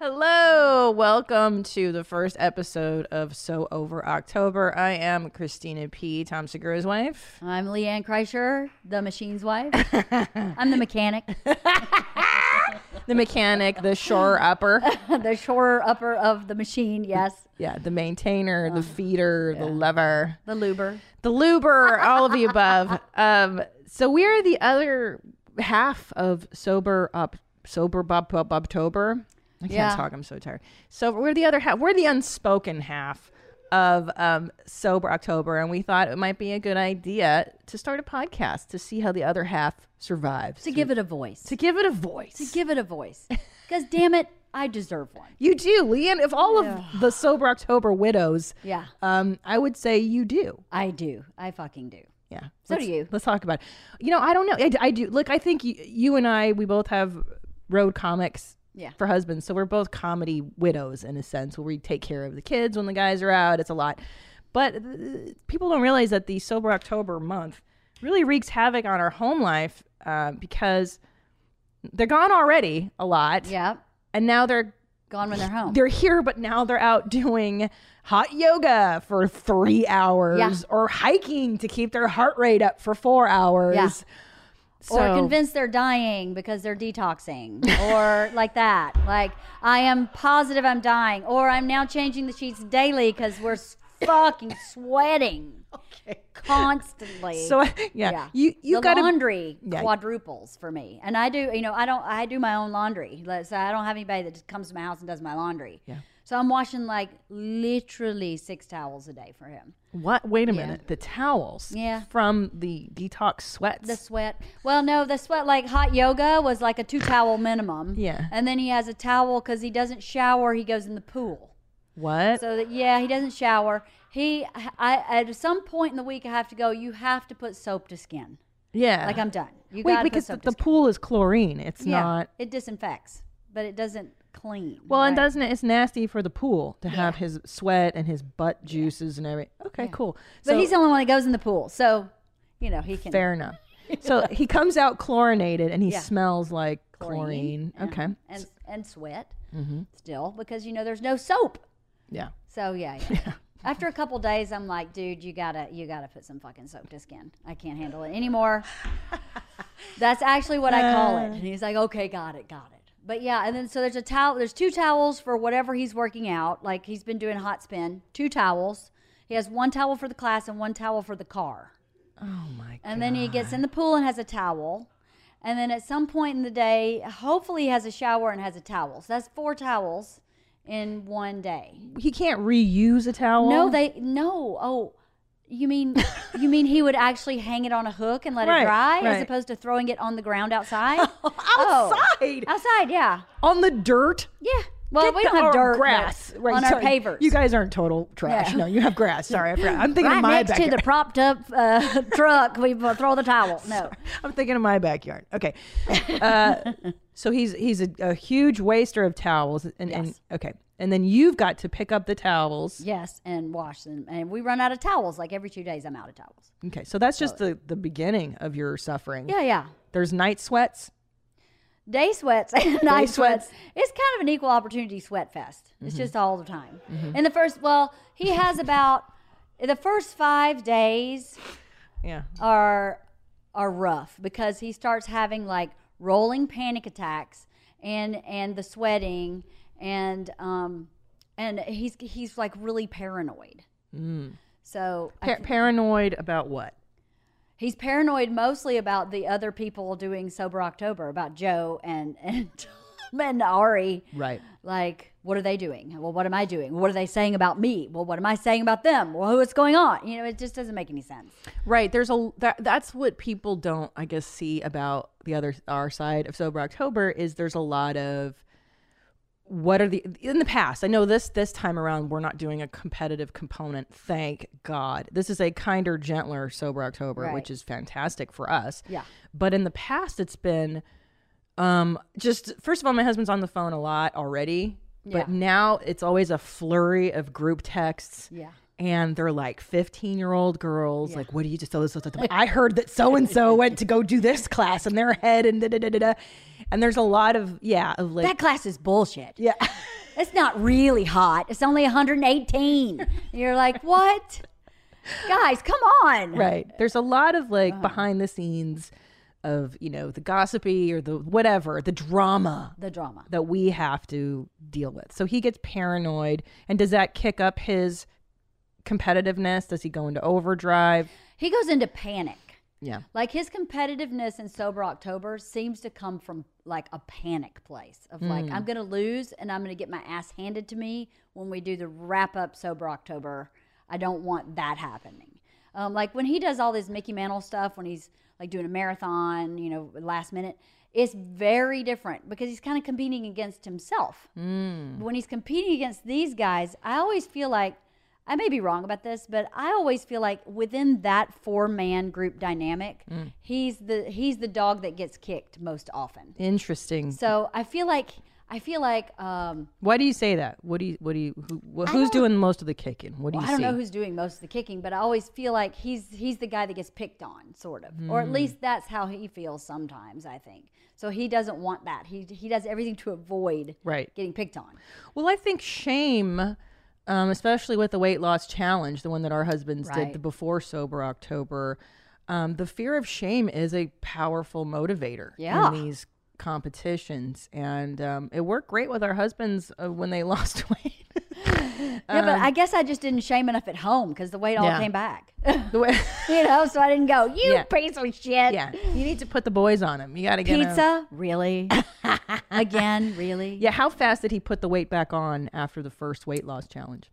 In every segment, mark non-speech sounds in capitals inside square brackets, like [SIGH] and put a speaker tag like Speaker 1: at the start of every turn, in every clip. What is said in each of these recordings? Speaker 1: Hello, welcome to the first episode of So Over October. I am Christina P, Tom Segura's
Speaker 2: [LAUGHS]
Speaker 1: wife.
Speaker 2: I'm Leanne Kreischer, the machine's [LAUGHS] wife. I'm the mechanic,
Speaker 1: The mechanic, the shore upper.
Speaker 2: the shore upper of the machine. Yes,
Speaker 1: Yeah, the maintainer, the feeder, the lover.
Speaker 2: the luber.
Speaker 1: the luber, all of the above. Um, so we are the other half of sober up, sober bob bob Bobtober. I can't
Speaker 2: Yeah.
Speaker 1: talk. I'm so tired. So we're the other half. We're the unspoken half of um, sober October, and we thought it might be a good idea to start a podcast to see how the other half survives.
Speaker 2: To give it a voice.
Speaker 1: To give it a voice.
Speaker 2: To give it a voice. Because damn it, I deserve one.
Speaker 1: you do, Leanne. If all of the sober October widows,
Speaker 2: Yeah,
Speaker 1: um, I would say you do.
Speaker 2: I do. I fucking do.
Speaker 1: Yeah.
Speaker 2: So
Speaker 1: Let's-
Speaker 2: do you.
Speaker 1: Let's talk about it. You know, I don't know. I, I do. Look, I think you, you and I, we both have road comics
Speaker 2: Yeah.
Speaker 1: for husbands. So we're both comedy widows in a sense where we take care of the kids when the guys are out. It's a lot. But uh, people don't realize that the Sober October month really wreaks havoc on our home life uh, because they're gone already a lot.
Speaker 2: Yeah,
Speaker 1: And now they're.
Speaker 2: gone when they're home.
Speaker 1: They're here, but now they're out doing hot yoga for three hours or hiking to keep their heart rate up for four hours.
Speaker 2: Yeah.
Speaker 1: So-
Speaker 2: or convinced they're dying because they're detoxing [LAUGHS] or like that like i am positive i'm dying or i'm now changing the sheets daily because we're s- fucking [LAUGHS] sweating constantly
Speaker 1: So [LAUGHS] yeah, you you
Speaker 2: the
Speaker 1: got to
Speaker 2: laundry
Speaker 1: Yeah.
Speaker 2: quadruples for me, and I do. You know, I don't. I do my own laundry, Like, so I don't have anybody that just comes to my house and does my laundry. Yeah. So I'm washing like literally six towels a day for him.
Speaker 1: what? Wait a minute, the towels
Speaker 2: Yeah.
Speaker 1: from the detox sweats.
Speaker 2: The sweat. Well, no, the sweat like hot yoga was like a two towel minimum.
Speaker 1: Yeah.
Speaker 2: And then he has a towel because he doesn't shower. He goes in the pool.
Speaker 1: what?
Speaker 2: So that yeah, he doesn't shower. He I at some point in the week I have to go. You have to put soap to skin.
Speaker 1: yeah,
Speaker 2: Like I'm done. You
Speaker 1: Wait,
Speaker 2: gotta
Speaker 1: because
Speaker 2: put
Speaker 1: the,
Speaker 2: soap
Speaker 1: the
Speaker 2: to skin.
Speaker 1: pool is chlorine. It's
Speaker 2: yeah,
Speaker 1: not.
Speaker 2: It disinfects, but it doesn't clean.
Speaker 1: Well, and
Speaker 2: right?
Speaker 1: doesn't it? It's nasty for the pool to have
Speaker 2: Yeah.
Speaker 1: his sweat and his butt juices and everything. Okay, cool.
Speaker 2: But
Speaker 1: So
Speaker 2: he's the only one that goes in the pool, so you know he can.
Speaker 1: fair
Speaker 2: [LAUGHS]
Speaker 1: enough. So he comes out chlorinated and he
Speaker 2: Yeah.
Speaker 1: smells like chlorine.
Speaker 2: Chlorine, yeah,
Speaker 1: Okay. Mm-hmm.
Speaker 2: And and sweat still because you know there's no soap.
Speaker 1: Yeah.
Speaker 2: So yeah, yeah. After a couple days, I'm like, dude, you gotta, you gotta put some fucking soap to skin. I can't handle it anymore. That's actually what I call it. And he's like, okay, got it, got it. But yeah, and then so there's a towel. There's two towels for whatever he's working out. Like he's been doing hot spin. Two towels. He has one towel for the class and one towel for the car.
Speaker 1: Oh my.
Speaker 2: And then he gets in the pool and has a towel. And then at some point in the day, hopefully he has a shower and has a towel. So that's four towels in one day.
Speaker 1: He can't reuse a towel.
Speaker 2: No, they no. Oh, you mean you mean he would actually hang it on a hook and let
Speaker 1: Right,
Speaker 2: it dry
Speaker 1: right. Oh,
Speaker 2: as opposed to throwing it on the
Speaker 1: [LAUGHS]
Speaker 2: ground outside?
Speaker 1: [LAUGHS] outside
Speaker 2: outside, yeah,
Speaker 1: on the dirt.
Speaker 2: yeah. Oh. Well,
Speaker 1: Get
Speaker 2: we don't
Speaker 1: the-
Speaker 2: have
Speaker 1: or
Speaker 2: dirt but
Speaker 1: grass right,
Speaker 2: on our
Speaker 1: sorry.
Speaker 2: pavers.
Speaker 1: You guys aren't total trash.
Speaker 2: Yeah.
Speaker 1: No, you have grass.
Speaker 2: [LAUGHS]
Speaker 1: Sorry, I forgot. I'm thinking
Speaker 2: right
Speaker 1: of my
Speaker 2: next
Speaker 1: backyard.
Speaker 2: to the propped up uh, [LAUGHS] truck, we uh, throw the towel.
Speaker 1: [LAUGHS]
Speaker 2: No,
Speaker 1: I'm thinking of my backyard. Okay,
Speaker 2: [LAUGHS]
Speaker 1: uh, so he's he's a, a huge waster of towels, and, and
Speaker 2: Yes.
Speaker 1: okay, and then you've got to pick up the towels.
Speaker 2: yes, and wash them. And we run out of towels. Like every two days, I'm out of towels.
Speaker 1: Okay, so that's just the the beginning of your suffering.
Speaker 2: Yeah, yeah.
Speaker 1: There's night sweats.
Speaker 2: Day sweats [LAUGHS] and night
Speaker 1: sweats.
Speaker 2: sweats. Mm-hmm. It's kind of an equal opportunity sweat fest. It's just all the time. And the first, well, he has about the first five days
Speaker 1: Yeah.
Speaker 2: are are rough because he starts having like rolling panic attacks and and the sweating and um and he's he's like really paranoid. Mm. So I
Speaker 1: Pa- paranoid about what?
Speaker 2: He's paranoid mostly about the other people doing Sober October, about Joe and and [LAUGHS] Tom and Ari.
Speaker 1: Right.
Speaker 2: Like, what are they doing? Well, what am I doing? What are they saying about me? Well, what am I saying about them? Well, what's going on? You know, it just doesn't make any sense.
Speaker 1: Right. There's a that, that's what people don't I guess see about the other our side of sober October is there's a lot of what are the in the past? I know this this time around we're not doing a competitive component. Thank God. This is a kinder, gentler sober October,
Speaker 2: Right.
Speaker 1: which is fantastic for us.
Speaker 2: Yeah.
Speaker 1: But in the past it's been um just first of all my husband's on the phone a lot already,
Speaker 2: Yeah.
Speaker 1: but now it's always a flurry of group texts
Speaker 2: Yeah.
Speaker 1: and they're like 15 year old girls like what do you just tell this, this, this- i heard that so and so went to go do this class and their head and da da da da da And there's a lot of yeah of like
Speaker 2: That class is bullshit.
Speaker 1: [LAUGHS] yeah.
Speaker 2: It's not really hot. It's only 118. [LAUGHS] You're like, what? Guys, come on.
Speaker 1: Right. There's a lot of like behind the scenes of, you know, the gossipy or the whatever, the drama
Speaker 2: The drama.
Speaker 1: that we have to deal with. So he gets paranoid. And does that kick up his competitiveness? Does he go into overdrive?
Speaker 2: He goes into panic.
Speaker 1: Yeah.
Speaker 2: Like his competitiveness in Sober October seems to come from like a panic place of like, I'm going to lose and I'm going to get my ass handed to me when we do the wrap up Sober October. I don't want that happening. Um, like when he does all this Mickey Mantle stuff, when he's like doing a marathon, you know, last minute, it's very different because he's kind of competing against himself.
Speaker 1: Mm-hmm.
Speaker 2: But when he's competing against these guys, I always feel like I may be wrong about this, but I always feel like within that four man group dynamic,
Speaker 1: Mm.
Speaker 2: he's the he's the dog that gets kicked most often.
Speaker 1: Interesting.
Speaker 2: So I feel like I feel like um,
Speaker 1: Why do you say that? What do you, what do you, who, wh- who's doing most of the kicking? What do you
Speaker 2: I don't
Speaker 1: see?
Speaker 2: know who's doing most of the kicking, but I always feel like he's he's the guy that gets picked on, sort of, or
Speaker 1: Mm.
Speaker 2: at least that's how he feels sometimes. I think so. He doesn't want that. He he does everything to avoid
Speaker 1: Right.
Speaker 2: getting picked on.
Speaker 1: Well, I think shame, um, especially with the weight loss challenge, the one that our husbands did
Speaker 2: Right.
Speaker 1: the before sober October, um, the fear of shame is a powerful motivator
Speaker 2: Yeah.
Speaker 1: in these competitions, and um, it worked great with our husbands uh, when they [LAUGHS] lost weight.
Speaker 2: Yeah, but I guess I just didn't shame enough at home because the weight all
Speaker 1: Um, Yeah.
Speaker 2: came back.
Speaker 1: The way- [LAUGHS]
Speaker 2: you know, so I didn't go, you
Speaker 1: Yeah.
Speaker 2: piece of shit.
Speaker 1: yeah, you need to put the boys on him. You got to get 'em-
Speaker 2: Pizza?
Speaker 1: [LAUGHS]
Speaker 2: Really? Again, really?
Speaker 1: Yeah, how fast did he put the weight back on after the first weight loss challenge?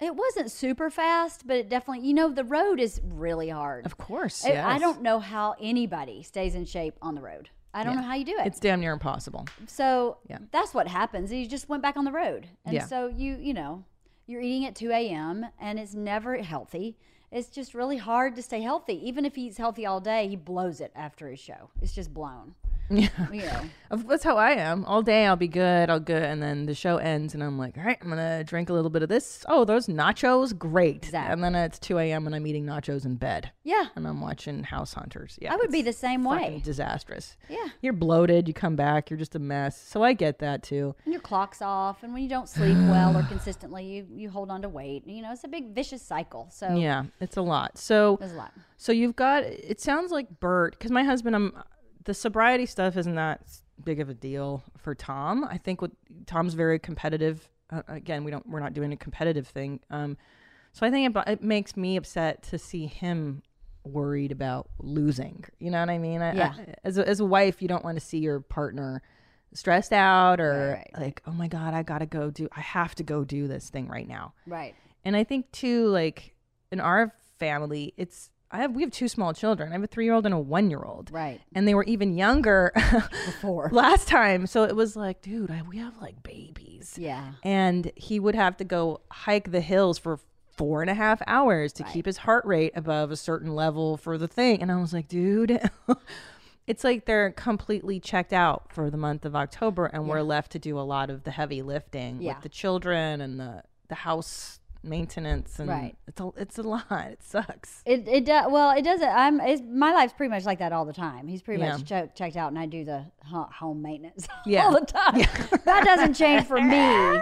Speaker 2: It wasn't super fast, but it definitely, you know, the road is really hard.
Speaker 1: Of course,
Speaker 2: I- I
Speaker 1: yes.
Speaker 2: don't know how anybody stays in shape on the road. I don't know how you do it.
Speaker 1: It's damn near impossible.
Speaker 2: so
Speaker 1: Yeah.
Speaker 2: that's what happens. You just went back on the road. And
Speaker 1: Yeah.
Speaker 2: so you, you know, you're eating at 2 a.m. and it's never healthy. It's just really hard to stay healthy. Even if he's healthy all day, he blows it after his show. It's just blown.
Speaker 1: [LAUGHS] Yeah.
Speaker 2: You know.
Speaker 1: Of- That's how I am. All day I'll be good, I'll good, and then the show ends, and I'm like, all right, I'm gonna drink a little bit of this. Oh, those nachos, great!
Speaker 2: Exactly.
Speaker 1: And then it's 2 a.m. and I'm eating nachos in bed,
Speaker 2: Yeah.
Speaker 1: and I'm watching House Hunters. Yeah,
Speaker 2: I would be the same
Speaker 1: fucking
Speaker 2: way.
Speaker 1: disastrous.
Speaker 2: Yeah.
Speaker 1: You're bloated. You come back, you're just a mess. So I get that too.
Speaker 2: And your clock's off, and when you don't [SIGHS] sleep well or consistently, you, you hold on to weight. You know, it's a big vicious cycle. So
Speaker 1: Yeah, it's a lot. So
Speaker 2: there's a lot.
Speaker 1: So you've got. It sounds like Bert, because my husband, I'm the sobriety stuff is not s- big of a deal for Tom. I think what Tom's very competitive. Uh, again, we don't. We're not doing a competitive thing. Um, so I think it, bu- it makes me upset to see him worried about losing. You know what I mean? I, I-
Speaker 2: Yeah.
Speaker 1: as a, as a wife, you don't want to see your partner stressed out or
Speaker 2: Right,
Speaker 1: like, oh my god, I gotta go do. I have to go do this thing right now.
Speaker 2: Right.
Speaker 1: And I think too, like in our family, it's I have we have two small children. I have a three year old and a one year old.
Speaker 2: Right.
Speaker 1: And they were even younger [LAUGHS]
Speaker 2: Before.
Speaker 1: last time. So it was like, dude, I, we have like babies.
Speaker 2: Yeah.
Speaker 1: And he would have to go hike the hills for four and a half hours to keep his heart rate above a certain level for the thing. And I was like, dude, [LAUGHS] it's like they're completely checked out for the month of October and we're left to do a lot of the heavy lifting
Speaker 2: Yeah.
Speaker 1: with the children and the, the house maintenance and
Speaker 2: Right.
Speaker 1: it's a, it's a lot. It sucks.
Speaker 2: It it does well. It doesn't. I'm. It's, my life's pretty much like that all the time. He's pretty
Speaker 1: Yeah.
Speaker 2: much cho- checked out, and I do the ho- home maintenance [LAUGHS]
Speaker 1: Yeah.
Speaker 2: all the time. [LAUGHS] that doesn't change for [LAUGHS] me.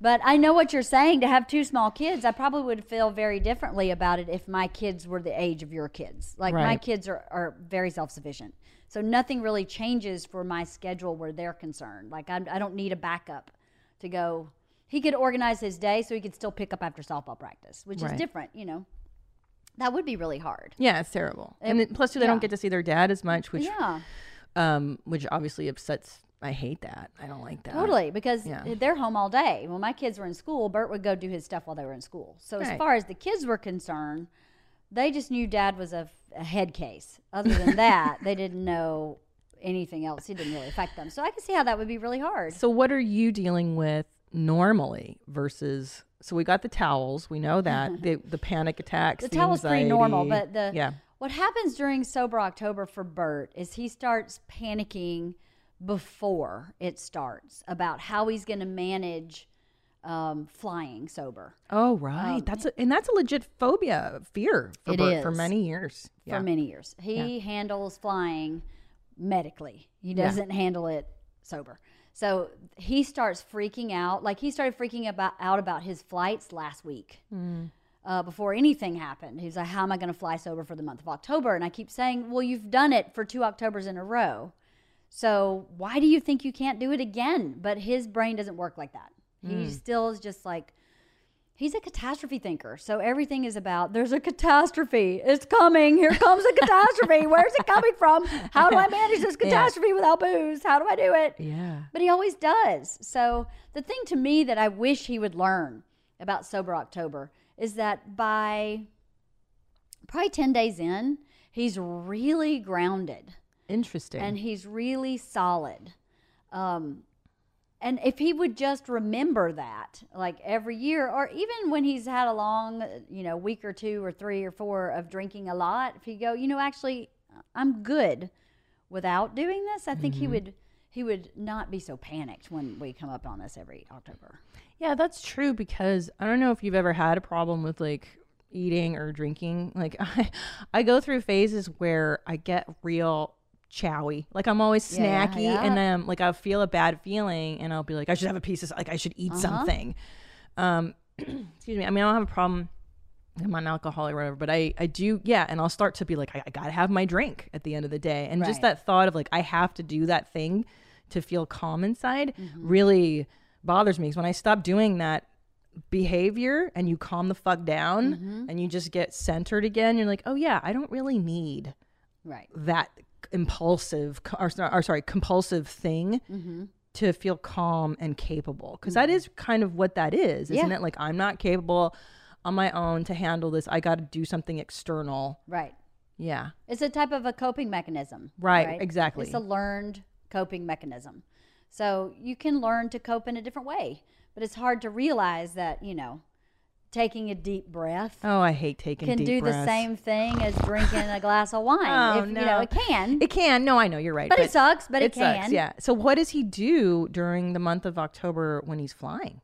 Speaker 2: But I know what you're saying. To have two small kids, I probably would feel very differently about it if my kids were the age of your kids. Like my
Speaker 1: Right.
Speaker 2: kids are, are very self sufficient, so nothing really changes for my schedule where they're concerned. Like I, I don't need a backup to go. He could organize his day so he could still pick up after softball practice, which
Speaker 1: Right.
Speaker 2: is different, you know. That would be really hard.
Speaker 1: Yeah, it's terrible. and then, plus, too, they
Speaker 2: yeah.
Speaker 1: don't get to see their dad as much, which
Speaker 2: Yeah,
Speaker 1: um, which obviously upsets. I hate that. I don't like that.
Speaker 2: totally. Because
Speaker 1: yeah.
Speaker 2: they're home all day. When my kids were in school, Bert would go do his stuff while they were in school. So
Speaker 1: Right.
Speaker 2: as far as the kids were concerned, they just knew Dad was a, a head case. Other than that, they didn't know anything else. He didn't really affect them. So I can see how that would be really hard.
Speaker 1: So, what are you dealing with normally versus? So we got the towels. We know that the the panic attacks.
Speaker 2: Mm-hmm. The towel's pretty normal,
Speaker 1: anxiety.
Speaker 2: but the
Speaker 1: yeah,
Speaker 2: what happens during sober October for Bert is he starts panicking before it starts about how he's going to manage um, flying sober.
Speaker 1: oh right, that's a, and that's a legit phobia, fear for
Speaker 2: um, It
Speaker 1: Bert for
Speaker 2: is.
Speaker 1: many years.
Speaker 2: for many years. He handles flying medically. He doesn't handle it sober. So he starts freaking out. Like he started freaking about, out about his flights last week uh, before anything happened. He's like, How am I going to fly sober for the month of October? And I keep saying, Well, you've done it for two Octobers in a row. So why do you think you can't do it again? But his brain doesn't work like that. He still is just like, He's a catastrophe thinker. So everything is about there's a catastrophe. It's coming. Here comes a catastrophe. Where's it coming from? How do I manage this catastrophe without booze? How do I do it?
Speaker 1: Yeah.
Speaker 2: But he always does. So the thing to me that I wish he would learn about Sober October is that by probably 10 days in, he's really grounded
Speaker 1: Interesting.
Speaker 2: and he's really solid. Um, and if he would just remember that, like every year, or even when he's had a long, uh, you know, week or two or three or four of drinking a lot, if he go, you know, actually, I'm good without doing this, I think he would he would not be so panicked when we come up on this every October.
Speaker 1: yeah, that's true because I don't know if you've ever had a problem with like eating or drinking. [LAUGHS] Like I I go through phases where I get real chowy. Like I'm always
Speaker 2: Yeah,
Speaker 1: snacky
Speaker 2: yeah.
Speaker 1: and um like I'll feel a bad feeling and I'll be like, I should have a piece of like I should eat
Speaker 2: Uh-huh.
Speaker 1: something. Um excuse me. I mean I don't have a problem I'm not an alcoholic or whatever, but I, I do, yeah. And I'll start to be like, I, I gotta have my drink at the end of the day. And just
Speaker 2: Right.
Speaker 1: that thought of like, I have to do that thing to feel calm inside really bothers me. Because when I stop doing that behavior and you calm the fuck down and you just get centered again, you're like, oh yeah, I don't really need
Speaker 2: Right.
Speaker 1: that impulsive or, or sorry compulsive thing
Speaker 2: Mm-hmm.
Speaker 1: to feel calm and capable because is kind of what that is isn't
Speaker 2: Yeah.
Speaker 1: it like i'm not capable on my own to handle this i got to do something external
Speaker 2: Right.
Speaker 1: yeah
Speaker 2: It's a type of a coping mechanism.
Speaker 1: Right, exactly.
Speaker 2: It's a learned coping mechanism. So you can learn to cope in a different way, but it's hard to realize that, you know, taking a deep breath
Speaker 1: oh i hate taking
Speaker 2: can
Speaker 1: deep
Speaker 2: do
Speaker 1: breaths.
Speaker 2: the same thing as drinking a glass of wine.
Speaker 1: Oh,
Speaker 2: if, You know,
Speaker 1: no.
Speaker 2: it can.
Speaker 1: it can no i know you're right
Speaker 2: but, it sucks, but it, can.
Speaker 1: sucks yeah so what does he do during the month of october when he's flying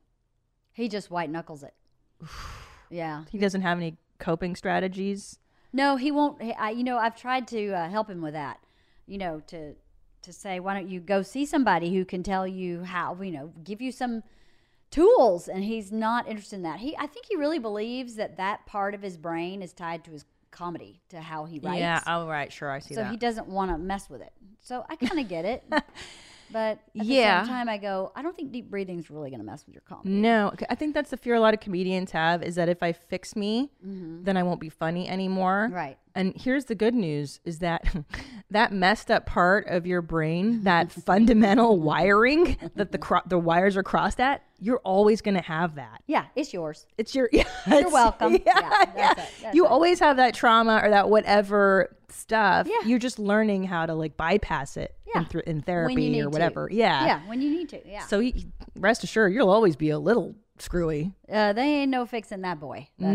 Speaker 2: He just white
Speaker 1: [SIGHS]
Speaker 2: knuckles it. yeah.
Speaker 1: he doesn't have any coping strategies
Speaker 2: No, he won't. he- I, you know, I've tried to uh, help him with that. You know, to to say, why don't you go see somebody who can tell you how? You know, give you some tools. And he's not interested in that. He, I think, he really believes that that part of his brain is tied to his comedy, to how he writes.
Speaker 1: yeah all right sure i see
Speaker 2: so
Speaker 1: that
Speaker 2: he doesn't want to mess with it. So I kind of get
Speaker 1: [LAUGHS]
Speaker 2: it. But at
Speaker 1: Yeah.
Speaker 2: the same time, I go, I don't think deep breathing's really going to mess with your comedy.
Speaker 1: No, c- I think that's the fear a lot of comedians have is that if I fix me, then I won't be funny anymore.
Speaker 2: Mm-hmm. Right.
Speaker 1: And here's the good news is that [LAUGHS] that messed up part of your
Speaker 2: [LAUGHS]
Speaker 1: brain, that fundamental wiring that the cro- the wires are crossed at, you're always going to have that.
Speaker 2: Yeah, it's yours.
Speaker 1: It's your [LAUGHS] You're
Speaker 2: welcome. Yeah, that's it, that's
Speaker 1: you
Speaker 2: it.
Speaker 1: always have that trauma or that whatever stuff.
Speaker 2: Yeah.
Speaker 1: You're just learning how to like bypass it in,
Speaker 2: Yeah.
Speaker 1: thr- in
Speaker 2: When you
Speaker 1: therapy
Speaker 2: need
Speaker 1: or
Speaker 2: to.
Speaker 1: whatever.
Speaker 2: Yeah, when you need to. Yeah.
Speaker 1: So he, rest assured, you'll always be a little screwy.
Speaker 2: Uh, they ain't no fixing that boy. That's for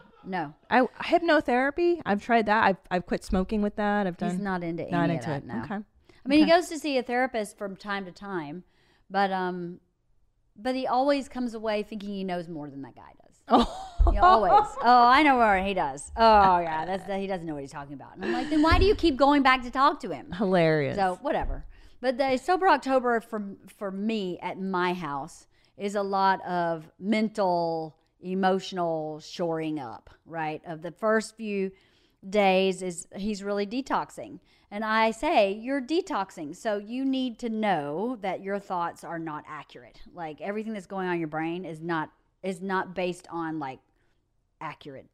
Speaker 1: no.
Speaker 2: No,
Speaker 1: I hypnotherapy. I've tried that. I've I've quit smoking with that. I've done
Speaker 2: he's not into any
Speaker 1: not
Speaker 2: of
Speaker 1: into
Speaker 2: that
Speaker 1: it.
Speaker 2: now.
Speaker 1: Okay.
Speaker 2: I mean, he goes to see a therapist from time to time, but um, but he always comes away thinking he knows more than that guy does.
Speaker 1: Oh, [LAUGHS]
Speaker 2: You know, always. Oh, I know more. He does. Oh yeah, that's that, he doesn't know what he's talking about. And I'm like, then why do you keep going back to talk to him?
Speaker 1: hilarious.
Speaker 2: So whatever. But the sober October for for me at my house is a lot of mental, emotional shoring up. Right of the first few days is he's really detoxing, and I say you're detoxing, so you need to know that your thoughts are not accurate. Like everything that's going on in your brain is not is not based on like accurate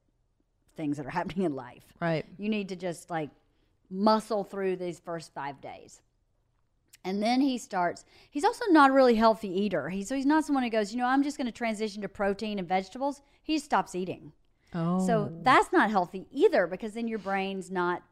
Speaker 2: things that are [LAUGHS] happening in life
Speaker 1: right.
Speaker 2: you need to just like muscle through these first five days and then he starts he's also not a really healthy eater he, so he's not someone who goes you know i'm just going to transition to protein and vegetables he stops eating
Speaker 1: Oh.
Speaker 2: so that's not healthy either because then your brain's not,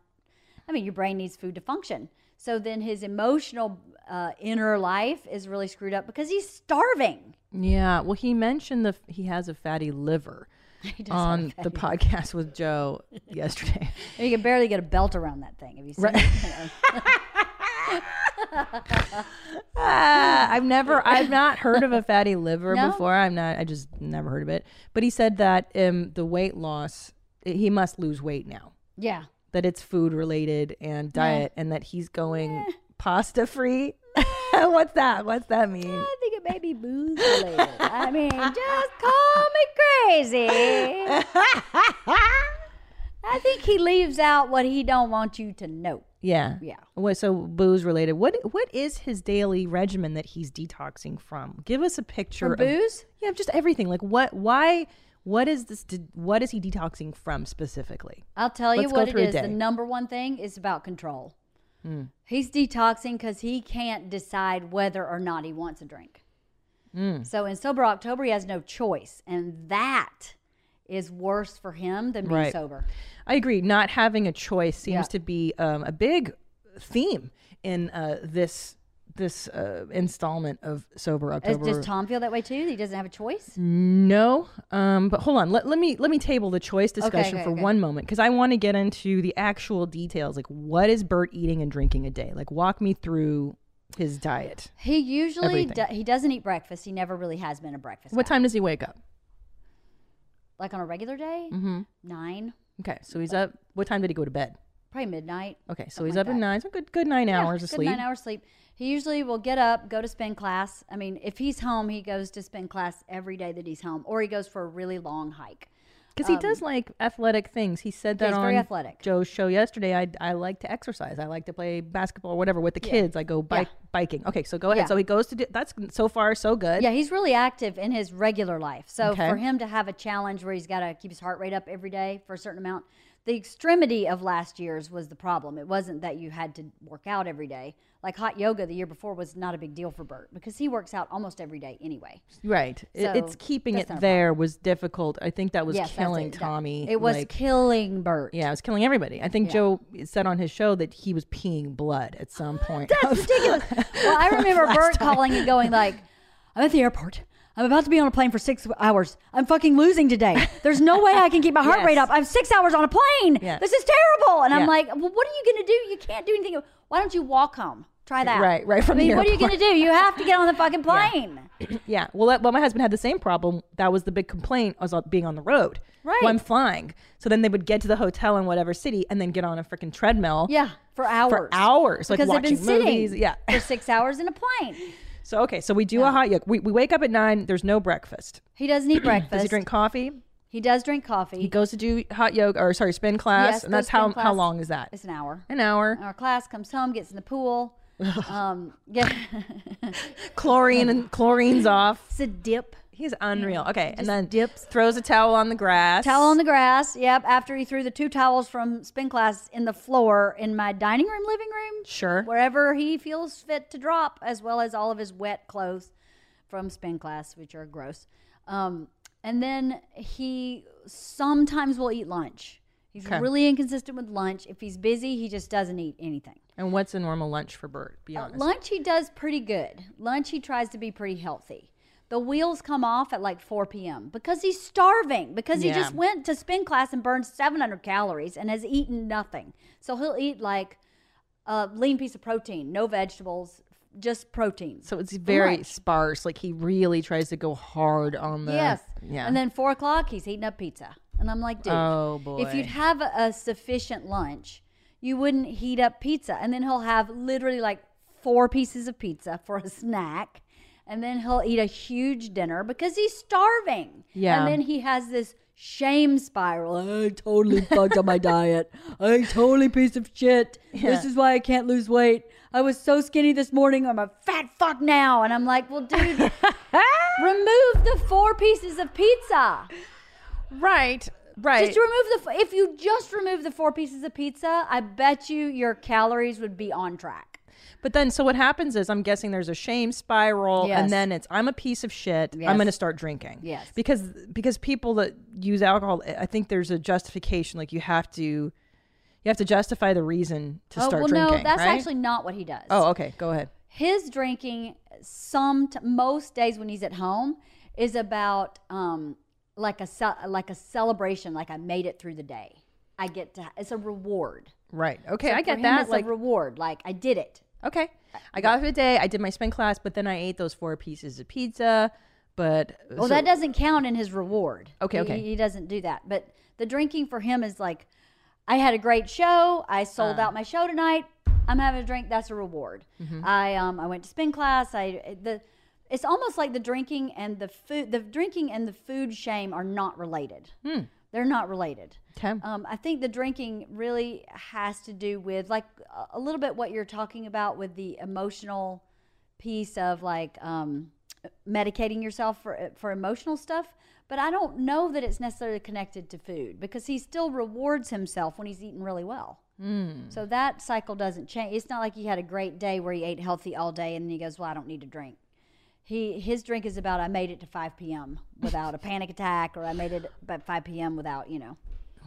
Speaker 2: I mean, your brain needs food to function. So then his emotional uh, inner life is really screwed up because he's starving. [LAUGHS]
Speaker 1: yeah. Well, he mentioned the he has a fatty
Speaker 2: [LAUGHS]
Speaker 1: liver
Speaker 2: He does have
Speaker 1: on the podcast with
Speaker 2: [LAUGHS]
Speaker 1: Joe yesterday.
Speaker 2: And you can barely get a belt around that thing. Have you seen
Speaker 1: Right. [LAUGHS]
Speaker 2: it?
Speaker 1: Ah, I've never, I've not heard of a fatty liver
Speaker 2: No?
Speaker 1: before. I'm not, I just never heard of it. But he said that um, the weight loss, he must lose weight now.
Speaker 2: yeah.
Speaker 1: That it's food related and diet, and that he's going pasta
Speaker 2: [LAUGHS]
Speaker 1: free? [LAUGHS] What's that? What's that mean?
Speaker 2: I think it may be booze related. I mean, just call me crazy. I think he leaves out what he don't want you to know.
Speaker 1: Yeah.
Speaker 2: Yeah.
Speaker 1: What, so booze related. What what is his daily regimen that he's detoxing from? Give us a picture
Speaker 2: For
Speaker 1: of
Speaker 2: booze?
Speaker 1: Yeah, just everything. Like what why what is this de- what is he detoxing from specifically?
Speaker 2: I'll tell you
Speaker 1: Let's go
Speaker 2: what it
Speaker 1: through a
Speaker 2: is. The
Speaker 1: day. Hmm.
Speaker 2: number one thing is about control. He's detoxing because he can't decide whether or not he wants a drink.
Speaker 1: Hmm.
Speaker 2: So in sober October, he has no choice, and that is worse for him than being
Speaker 1: Right.
Speaker 2: sober.
Speaker 1: I agree. Not having a choice seems
Speaker 2: Yeah.
Speaker 1: to be um, a big theme in uh, this this uh, installment of sober
Speaker 2: Does,
Speaker 1: October.
Speaker 2: does Tom feel that way too? That he doesn't have a choice.
Speaker 1: No, um, but hold on. Let, let me let me table the choice discussion
Speaker 2: okay,
Speaker 1: for
Speaker 2: okay.
Speaker 1: one moment because I want to get into the actual details. Like, what is Bert eating and drinking a day? Like, walk me through his diet.
Speaker 2: He usually
Speaker 1: Everything.
Speaker 2: do, he doesn't eat breakfast. He never really has been a breakfast.
Speaker 1: What
Speaker 2: guy.
Speaker 1: time does he wake up?
Speaker 2: Like on a regular day,
Speaker 1: Mm-hmm.
Speaker 2: nine,
Speaker 1: Okay, so he's
Speaker 2: Oh.
Speaker 1: up. What time did he go to bed?
Speaker 2: probably midnight.
Speaker 1: Okay, so
Speaker 2: Something
Speaker 1: he's
Speaker 2: like
Speaker 1: up at
Speaker 2: that.
Speaker 1: nine. So good, good nine
Speaker 2: Oh Yeah,
Speaker 1: hours of
Speaker 2: good
Speaker 1: sleep.
Speaker 2: Nine hours sleep. He usually will get up, go to spin class. I mean, if he's home, he goes to spin class every day that he's home, or he goes for a really long hike.
Speaker 1: Because he does like athletic things. He said that
Speaker 2: Yeah, um, he's
Speaker 1: on
Speaker 2: very athletic.
Speaker 1: Joe's show yesterday. I, I like to exercise. I like to play basketball or whatever with the kids. I go bike biking. Okay, so go ahead.
Speaker 2: Yeah.
Speaker 1: So he goes to do, that's so far so good.
Speaker 2: Yeah, he's really active in his regular life. So
Speaker 1: Okay.
Speaker 2: for him to have a challenge where he's got to keep his heart rate up every day for a certain amount, the extremity of last year's was the problem. It wasn't that you had to work out every day. Like hot yoga the year before was not a big deal for Bert because he works out almost every day anyway.
Speaker 1: Right. It- it's
Speaker 2: So
Speaker 1: keeping
Speaker 2: that's
Speaker 1: it
Speaker 2: not a problem.
Speaker 1: there was difficult. I think that was
Speaker 2: Yes, that's
Speaker 1: killing
Speaker 2: it. That-
Speaker 1: Tommy.
Speaker 2: It was
Speaker 1: like-
Speaker 2: killing Bert.
Speaker 1: yeah, it was killing everybody. I think Joe said on his show that he was peeing blood at
Speaker 2: [GASPS]
Speaker 1: some point.
Speaker 2: That's ridiculous. Well,
Speaker 1: [LAUGHS]
Speaker 2: I remember Bert calling and going like, "I'm at the airport. I'm about to be on a plane for six hours. I'm fucking losing today. There's no way I can keep my heart
Speaker 1: Yes.
Speaker 2: rate up. I'm six hours on a plane.
Speaker 1: Yeah.
Speaker 2: This is terrible." And
Speaker 1: Yeah.
Speaker 2: I'm like, "Well, what are you gonna do? You can't do anything. Why don't you walk home? Try that.
Speaker 1: Right, right from
Speaker 2: I mean,
Speaker 1: the
Speaker 2: what are you
Speaker 1: airport.
Speaker 2: gonna do? You have to get on the fucking plane.
Speaker 1: [LAUGHS] yeah. Well, that, well, my husband had the same problem. That was the big complaint was on being on the road.
Speaker 2: Right.
Speaker 1: Well, I'm flying. So then they would get to the hotel in whatever city and then get on a freaking treadmill.
Speaker 2: Yeah, for hours.
Speaker 1: For hours, like
Speaker 2: Because they've been
Speaker 1: watching
Speaker 2: sitting
Speaker 1: movies. Yeah. [LAUGHS]
Speaker 2: for six hours in a plane.
Speaker 1: So okay, so we do a hot yoga. We, we wake up at nine. There's no breakfast.
Speaker 2: He doesn't eat breakfast.
Speaker 1: Does he drink coffee?
Speaker 2: He does drink coffee.
Speaker 1: He goes to do hot yoga or sorry, spin class,
Speaker 2: Yes,
Speaker 1: and
Speaker 2: goes
Speaker 1: that's how
Speaker 2: spin class.
Speaker 1: how long is that?
Speaker 2: it's an hour.
Speaker 1: An hour.
Speaker 2: our class comes home, gets in the pool. um, get, Uh,
Speaker 1: chlorine and
Speaker 2: [LAUGHS]
Speaker 1: chlorine's off.
Speaker 2: it's a dip.
Speaker 1: He's unreal. Okay, and then
Speaker 2: dips.
Speaker 1: throws a towel on the grass.
Speaker 2: Towel on the grass. Yep. After he threw the two towels from spin class in the floor in my dining room, living room, [LAUGHS]
Speaker 1: Sure.
Speaker 2: wherever he feels fit to drop, as well as all of his wet clothes from spin class, which are gross. Um, and then he sometimes will eat lunch. He's
Speaker 1: Okay.
Speaker 2: really inconsistent with lunch. If he's busy, he just doesn't eat anything.
Speaker 1: And what's a normal lunch for Bert? Be honest.
Speaker 2: Uh, Lunch he does pretty good. Lunch he tries to be pretty healthy. The wheels come off at like 4 p.m. because he's starving because
Speaker 1: Yeah.
Speaker 2: he just went to spin class and burned 700 calories and has eaten nothing. So he'll eat like a lean piece of protein, no vegetables, just protein.
Speaker 1: so it's very
Speaker 2: lunch.
Speaker 1: sparse. Like he really tries to go hard on the.
Speaker 2: yes.
Speaker 1: uh, Yeah.
Speaker 2: And then 4 o'clock, he's eating up pizza. And I'm like, dude,
Speaker 1: Oh,
Speaker 2: if
Speaker 1: boy.
Speaker 2: you'd have a, a sufficient lunch, you wouldn't heat up pizza. And then he'll have literally like four pieces of pizza for a snack. And then he'll eat a huge dinner because he's starving.
Speaker 1: Yeah.
Speaker 2: And then he has this shame spiral. I totally fucked up my diet. I totally piece of shit. This is why I can't lose weight. I was so skinny this morning. I'm a fat fuck now. And I'm like, well, dude, remove the four pieces of pizza.
Speaker 1: right. Right.
Speaker 2: Just remove the. If you just remove the four pieces of pizza, I bet you your calories would be on track.
Speaker 1: But then, so what happens is, I'm guessing there's a shame spiral,
Speaker 2: Yes.
Speaker 1: and then it's I'm a piece of shit. I'm
Speaker 2: Yes.
Speaker 1: going to start drinking.
Speaker 2: Yes.
Speaker 1: because because people that use alcohol, I I think there's a justification. Like you have to, you have to justify the reason to start
Speaker 2: Oh, well,
Speaker 1: drinking.
Speaker 2: no, that's
Speaker 1: right?
Speaker 2: actually not what he does.
Speaker 1: Oh, okay. Go ahead.
Speaker 2: his drinking some t- most days when he's at home is about um like a ce- like a celebration, like I made it through the day. I get to. It's a reward.
Speaker 1: Right. Okay,
Speaker 2: So
Speaker 1: I
Speaker 2: for
Speaker 1: get
Speaker 2: him,
Speaker 1: that.
Speaker 2: It's
Speaker 1: Like,
Speaker 2: a reward. Like I did it.
Speaker 1: okay, I got through the day. I did my spin class, but then I ate those four pieces of pizza. But
Speaker 2: Well, that doesn't count in his reward.
Speaker 1: Okay,
Speaker 2: He-
Speaker 1: okay.
Speaker 2: He, doesn't do that. But
Speaker 1: Uh.
Speaker 2: the drinking for him is like, I had a great show. I sold out my show tonight. I'm having a drink. That's a reward.
Speaker 1: Mm-hmm.
Speaker 2: I um I went to spin class. I the it's almost like the drinking and the food the drinking and the food shame are not related.
Speaker 1: Hmm.
Speaker 2: They're not related.
Speaker 1: Okay.
Speaker 2: Um, I think the drinking really has to do with like a- a little bit what you're talking about with the emotional piece of like um, medicating yourself for for emotional stuff. But I don't know that it's necessarily connected to food because he still rewards himself when he's eating really well. So that cycle doesn't change. It's not like he had a great day where he ate healthy all day and then he goes, "Well, I don't need to drink." He his drink is about I made it to 5 p.m. without a panic attack or I made it at 5 p.m. without, you know.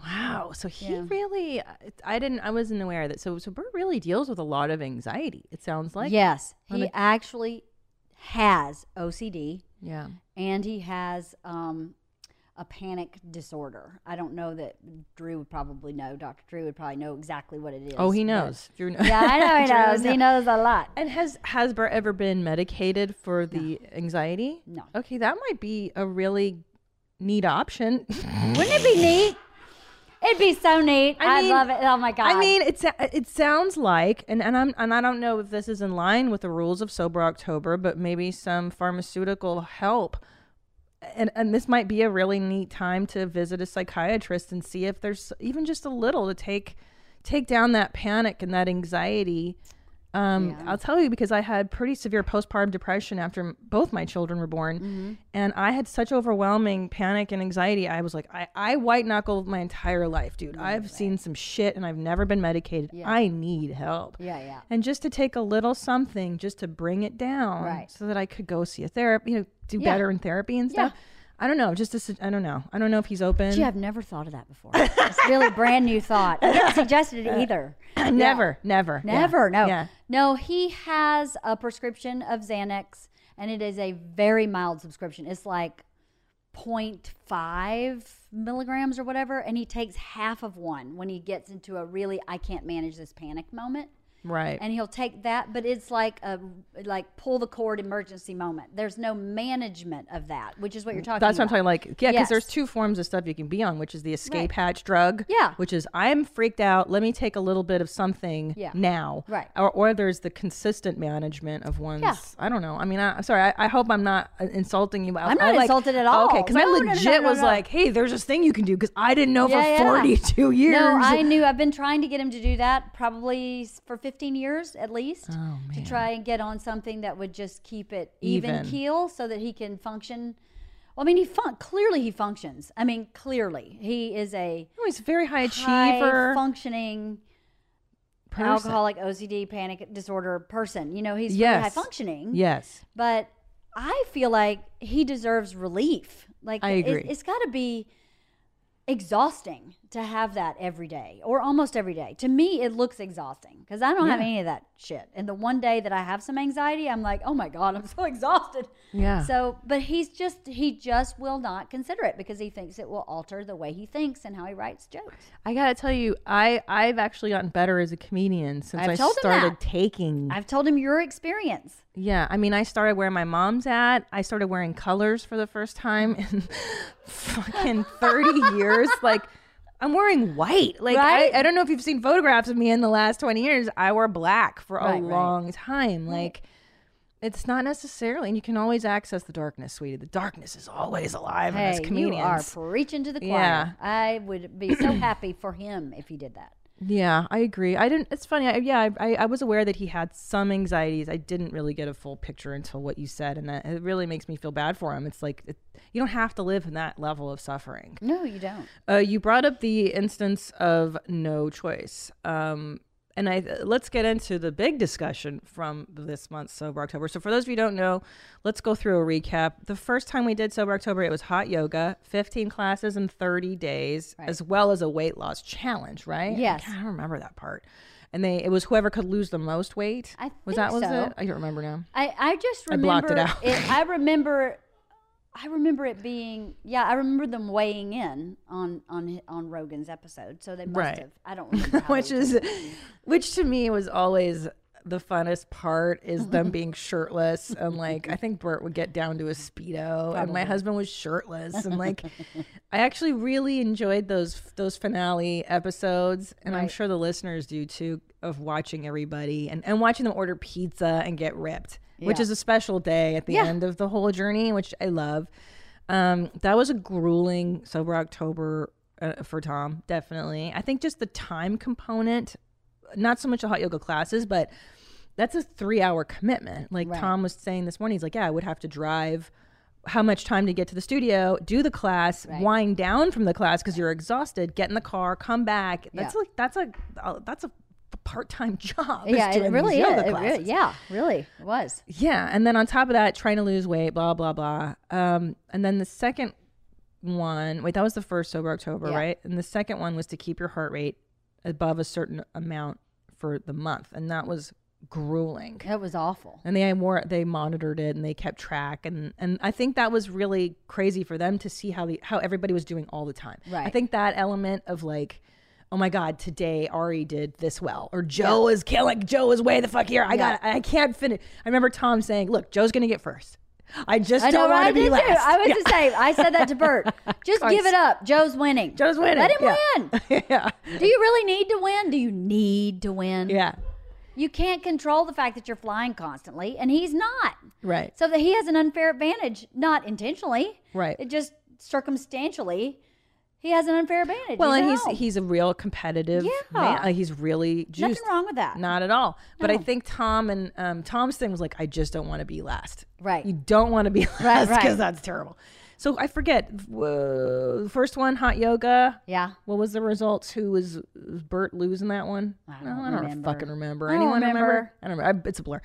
Speaker 1: Wow. So he really, uh, I didn't, I wasn't aware that. So, so Bert really deals with a lot of anxiety. It sounds like.
Speaker 2: yes, he actually has OCD
Speaker 1: Yeah.
Speaker 2: and he has um, a panic disorder. I don't know that Drew would probably know. Dr. Drew would probably know exactly what it is.
Speaker 1: Oh, he
Speaker 2: but-
Speaker 1: knows. Drew [LAUGHS] knows.
Speaker 2: Yeah, I [LAUGHS] know he
Speaker 1: Drew
Speaker 2: knows. He knows a lot. [LAUGHS]
Speaker 1: And has has Bert ever been medicated for the anxiety?
Speaker 2: No.
Speaker 1: Okay, that might be a really neat option. [LAUGHS]
Speaker 2: Wouldn't it be neat? It'd be so neat.
Speaker 1: I
Speaker 2: I
Speaker 1: mean-
Speaker 2: would love it. Oh my god.
Speaker 1: I mean, it's it sounds like, and and I'm and I don't know if this is in line with the rules of sober October, but maybe some pharmaceutical help. And and this might be a really neat time to visit a psychiatrist and see if there's even just a little to take take down that panic and that anxiety. Um, I'll tell you because I had pretty severe postpartum depression after m- both my children were born,
Speaker 2: Mm-hmm.
Speaker 1: and I had such overwhelming panic and anxiety. I was like, I, I white knuckled my entire life, dude. I've seen some shit, and I've never been medicated. I need help.
Speaker 2: yeah, yeah.
Speaker 1: And just to take a little something, just to bring it down,
Speaker 2: Right.
Speaker 1: so that I could go see a therapy, you know, do
Speaker 2: Yeah.
Speaker 1: better in therapy and
Speaker 2: Yeah.
Speaker 1: stuff. I don't know. Just I I don't know. I don't know if he's open.
Speaker 2: Gee, I've never thought of that [LAUGHS] before. it's really brand new thought. I never [LAUGHS] suggested it either.
Speaker 1: [CLEARS THROAT] never, never, yeah.
Speaker 2: Never. No.
Speaker 1: Yeah.
Speaker 2: No, he has a prescription of Xanax and it is a very mild subscription. It's like 0.5 milligrams or whatever. And he takes half of one when he gets into a really, I can't manage this panic moment.
Speaker 1: Right.
Speaker 2: and he'll take that but it's like a like pull the cord emergency moment there's no management of that which is what you're talking
Speaker 1: That's what I'm
Speaker 2: about
Speaker 1: talking like. Yeah, because
Speaker 2: Yes.
Speaker 1: there's two forms of stuff you can be on, which is the escape
Speaker 2: Right.
Speaker 1: hatch drug.
Speaker 2: Yeah.
Speaker 1: Which is I'm freaked out. Let me take a little bit of something
Speaker 2: Yeah.
Speaker 1: now.
Speaker 2: Right.
Speaker 1: Or, or there's the consistent management of one's.
Speaker 2: Yeah.
Speaker 1: I don't know. I mean, I, I'm sorry. I, I hope I'm not uh, insulting you. I,
Speaker 2: I'm not
Speaker 1: I, like-
Speaker 2: insulted at
Speaker 1: Oh, Okay,
Speaker 2: all.
Speaker 1: because
Speaker 2: No,
Speaker 1: I
Speaker 2: no, no, no,
Speaker 1: legit
Speaker 2: no,
Speaker 1: was
Speaker 2: no.
Speaker 1: like, hey, there's this thing you can do because I didn't know
Speaker 2: Yeah,
Speaker 1: for
Speaker 2: yeah.
Speaker 1: 42 years.
Speaker 2: no i knew i've been trying to get him to do that probably s- for 15 years at least
Speaker 1: Oh,
Speaker 2: to try and get on something that would just keep it even,
Speaker 1: Even.
Speaker 2: keel so that he can function well, i mean he fun- clearly he functions i mean clearly he is a
Speaker 1: Oh, [LAUGHS] he's a very high achiever.
Speaker 2: high functioning
Speaker 1: person.
Speaker 2: alcoholic ocd panic disorder person you know he's very high
Speaker 1: Yes.
Speaker 2: functioning
Speaker 1: Yes.
Speaker 2: but I feel like he deserves relief. Like
Speaker 1: I
Speaker 2: it-
Speaker 1: agree.
Speaker 2: it's got to be exhausting to have that every day or almost every day. To me, it looks exhausting because I don't have any of that shit. And the one day that I have some anxiety, I'm like, oh my god, I'm [LAUGHS] so exhausted.
Speaker 1: Yeah.
Speaker 2: So, but he's just he just will not consider it because he thinks it will alter the way he thinks and how he writes jokes.
Speaker 1: I gotta tell you, I I've actually gotten better as a comedian since
Speaker 2: I've
Speaker 1: I
Speaker 2: told him
Speaker 1: started
Speaker 2: that.
Speaker 1: taking
Speaker 2: I've told him your experience.
Speaker 1: Yeah, I mean, I started where my mom's at. I started wearing colors for the first time [LAUGHS] in fucking
Speaker 2: [LAUGHS]
Speaker 1: 30 years. Like, I'm wearing white. Like,
Speaker 2: Right?
Speaker 1: I, I don't know if you've seen photographs of me in the last 20 years. I wore black for a
Speaker 2: Right, right.
Speaker 1: long time. Like, it's not necessarily, and you can always access the darkness, sweetie. The darkness is always alive in
Speaker 2: Hey,
Speaker 1: us
Speaker 2: you are
Speaker 1: comedians.
Speaker 2: preaching to the choir.
Speaker 1: Yeah.
Speaker 2: I would be so happy for him if he did that.
Speaker 1: yeah, I agree. I didn't. It's funny. I, yeah, I, I, I was aware that he had some anxieties. I didn't really get a full picture until what you said, and that it really makes me feel bad for him. It's like it, you don't have to live in that level of suffering.
Speaker 2: No, you don't.
Speaker 1: Uh, you brought up the instance of no choice, um, and I let's get into the big discussion from this month's Sober October. So, for those of you who don't know, let's go through a recap. The first time we did Sober October, it was hot yoga, fifteen classes in thirty days, as well as a weight loss challenge. Right?
Speaker 2: Yes.
Speaker 1: I can't remember that part. And they it was whoever could lose the most weight.
Speaker 2: I
Speaker 1: was
Speaker 2: think
Speaker 1: that was
Speaker 2: so.
Speaker 1: it? I don't remember now.
Speaker 2: I, I just
Speaker 1: I
Speaker 2: remember
Speaker 1: blocked it out.
Speaker 2: I
Speaker 1: [LAUGHS]
Speaker 2: remember I remember it being yeah, I remember them weighing in on on hi- on Rogan's episode. So they must
Speaker 1: Right. [LAUGHS]
Speaker 2: have I don't remember how
Speaker 1: which
Speaker 2: they-
Speaker 1: is which to me was always the funnest part is
Speaker 2: [LAUGHS]
Speaker 1: them being shirtless and like I think Bert would get down to his speedo and my husband was shirtless and
Speaker 2: [LAUGHS]
Speaker 1: like I actually really enjoyed those those finale episodes and I'm
Speaker 2: Right.
Speaker 1: sure the listeners do too of watching everybody and and watching them order pizza and get ripped which
Speaker 2: Yeah.
Speaker 1: is a special day at the
Speaker 2: Yeah.
Speaker 1: end of the whole journey which I love. Um, that was a grueling sober October uh, for Tom. Definitely, I think just the time component, not so much the hot yoga classes, but that's a three-hour commitment. Like
Speaker 2: Right.
Speaker 1: Tom was saying this morning, he's like, "Yeah, I would have to drive." How much time to get to the studio, do the class,
Speaker 2: Right.
Speaker 1: wind down from the class because you're exhausted. Get in the car, come back. That's
Speaker 2: Yeah.
Speaker 1: like that's a uh, that's a part-time [LAUGHS] job. is
Speaker 2: yeah,
Speaker 1: doing
Speaker 2: it
Speaker 1: these
Speaker 2: really is.
Speaker 1: yoga
Speaker 2: It really-
Speaker 1: classes.
Speaker 2: yeah, really,
Speaker 1: [LAUGHS]
Speaker 2: it was.
Speaker 1: Yeah, and then on top of that, trying to lose weight, blah blah blah. Um, and then the second one, wait, that was the first sober October,
Speaker 2: Yeah.
Speaker 1: right? And the second one was to keep your heart rate above a certain amount for the month, and that was grueling.
Speaker 2: It was awful.
Speaker 1: And they more they monitored it and they kept track, and and I think that was really crazy for them to see how the how everybody was doing all the time. I
Speaker 2: Right.
Speaker 1: think that element of like. Oh my God! Today Ari did this well, or Joe is killing. Joe is way the fuck here. I got. I can't finish. I remember Tom saying, "Look, Joe's gonna get first. I just
Speaker 2: I know,
Speaker 1: don't want
Speaker 2: I
Speaker 1: to be
Speaker 2: did
Speaker 1: last."
Speaker 2: too. I was
Speaker 1: Yeah.
Speaker 2: the same. I said that to Bert.
Speaker 1: [LAUGHS]
Speaker 2: Just give it up. Joe's winning.
Speaker 1: Joe's winning.
Speaker 2: Let him
Speaker 1: Yeah.
Speaker 2: win.
Speaker 1: [LAUGHS] yeah,
Speaker 2: Do you really need to win? Do you need to win?
Speaker 1: yeah,
Speaker 2: You can't control the fact that you're flying constantly, and he's not.
Speaker 1: right.
Speaker 2: So that he has an unfair advantage, not intentionally.
Speaker 1: Right.
Speaker 2: It just circumstantially, he has an unfair advantage.
Speaker 1: well, and
Speaker 2: at
Speaker 1: he's
Speaker 2: home.
Speaker 1: he's a real competitive man.
Speaker 2: Yeah.
Speaker 1: Like, he's really juiced.
Speaker 2: nothing wrong with that.
Speaker 1: Not at all. But I think Tom and um, Tom's thing was like, I just don't want to be last.
Speaker 2: Right.
Speaker 1: You don't want to be [LAUGHS] last because
Speaker 2: right.
Speaker 1: that's terrible. So I forget. Whoa, first one, hot yoga.
Speaker 2: Yeah.
Speaker 1: What was the results? Who was, was Bert losing that one? I
Speaker 2: don't
Speaker 1: no, I don't
Speaker 2: remember.
Speaker 1: fucking remember.
Speaker 2: don't
Speaker 1: Anyone remember?
Speaker 2: remember.
Speaker 1: I don't remember. I- It's a blur.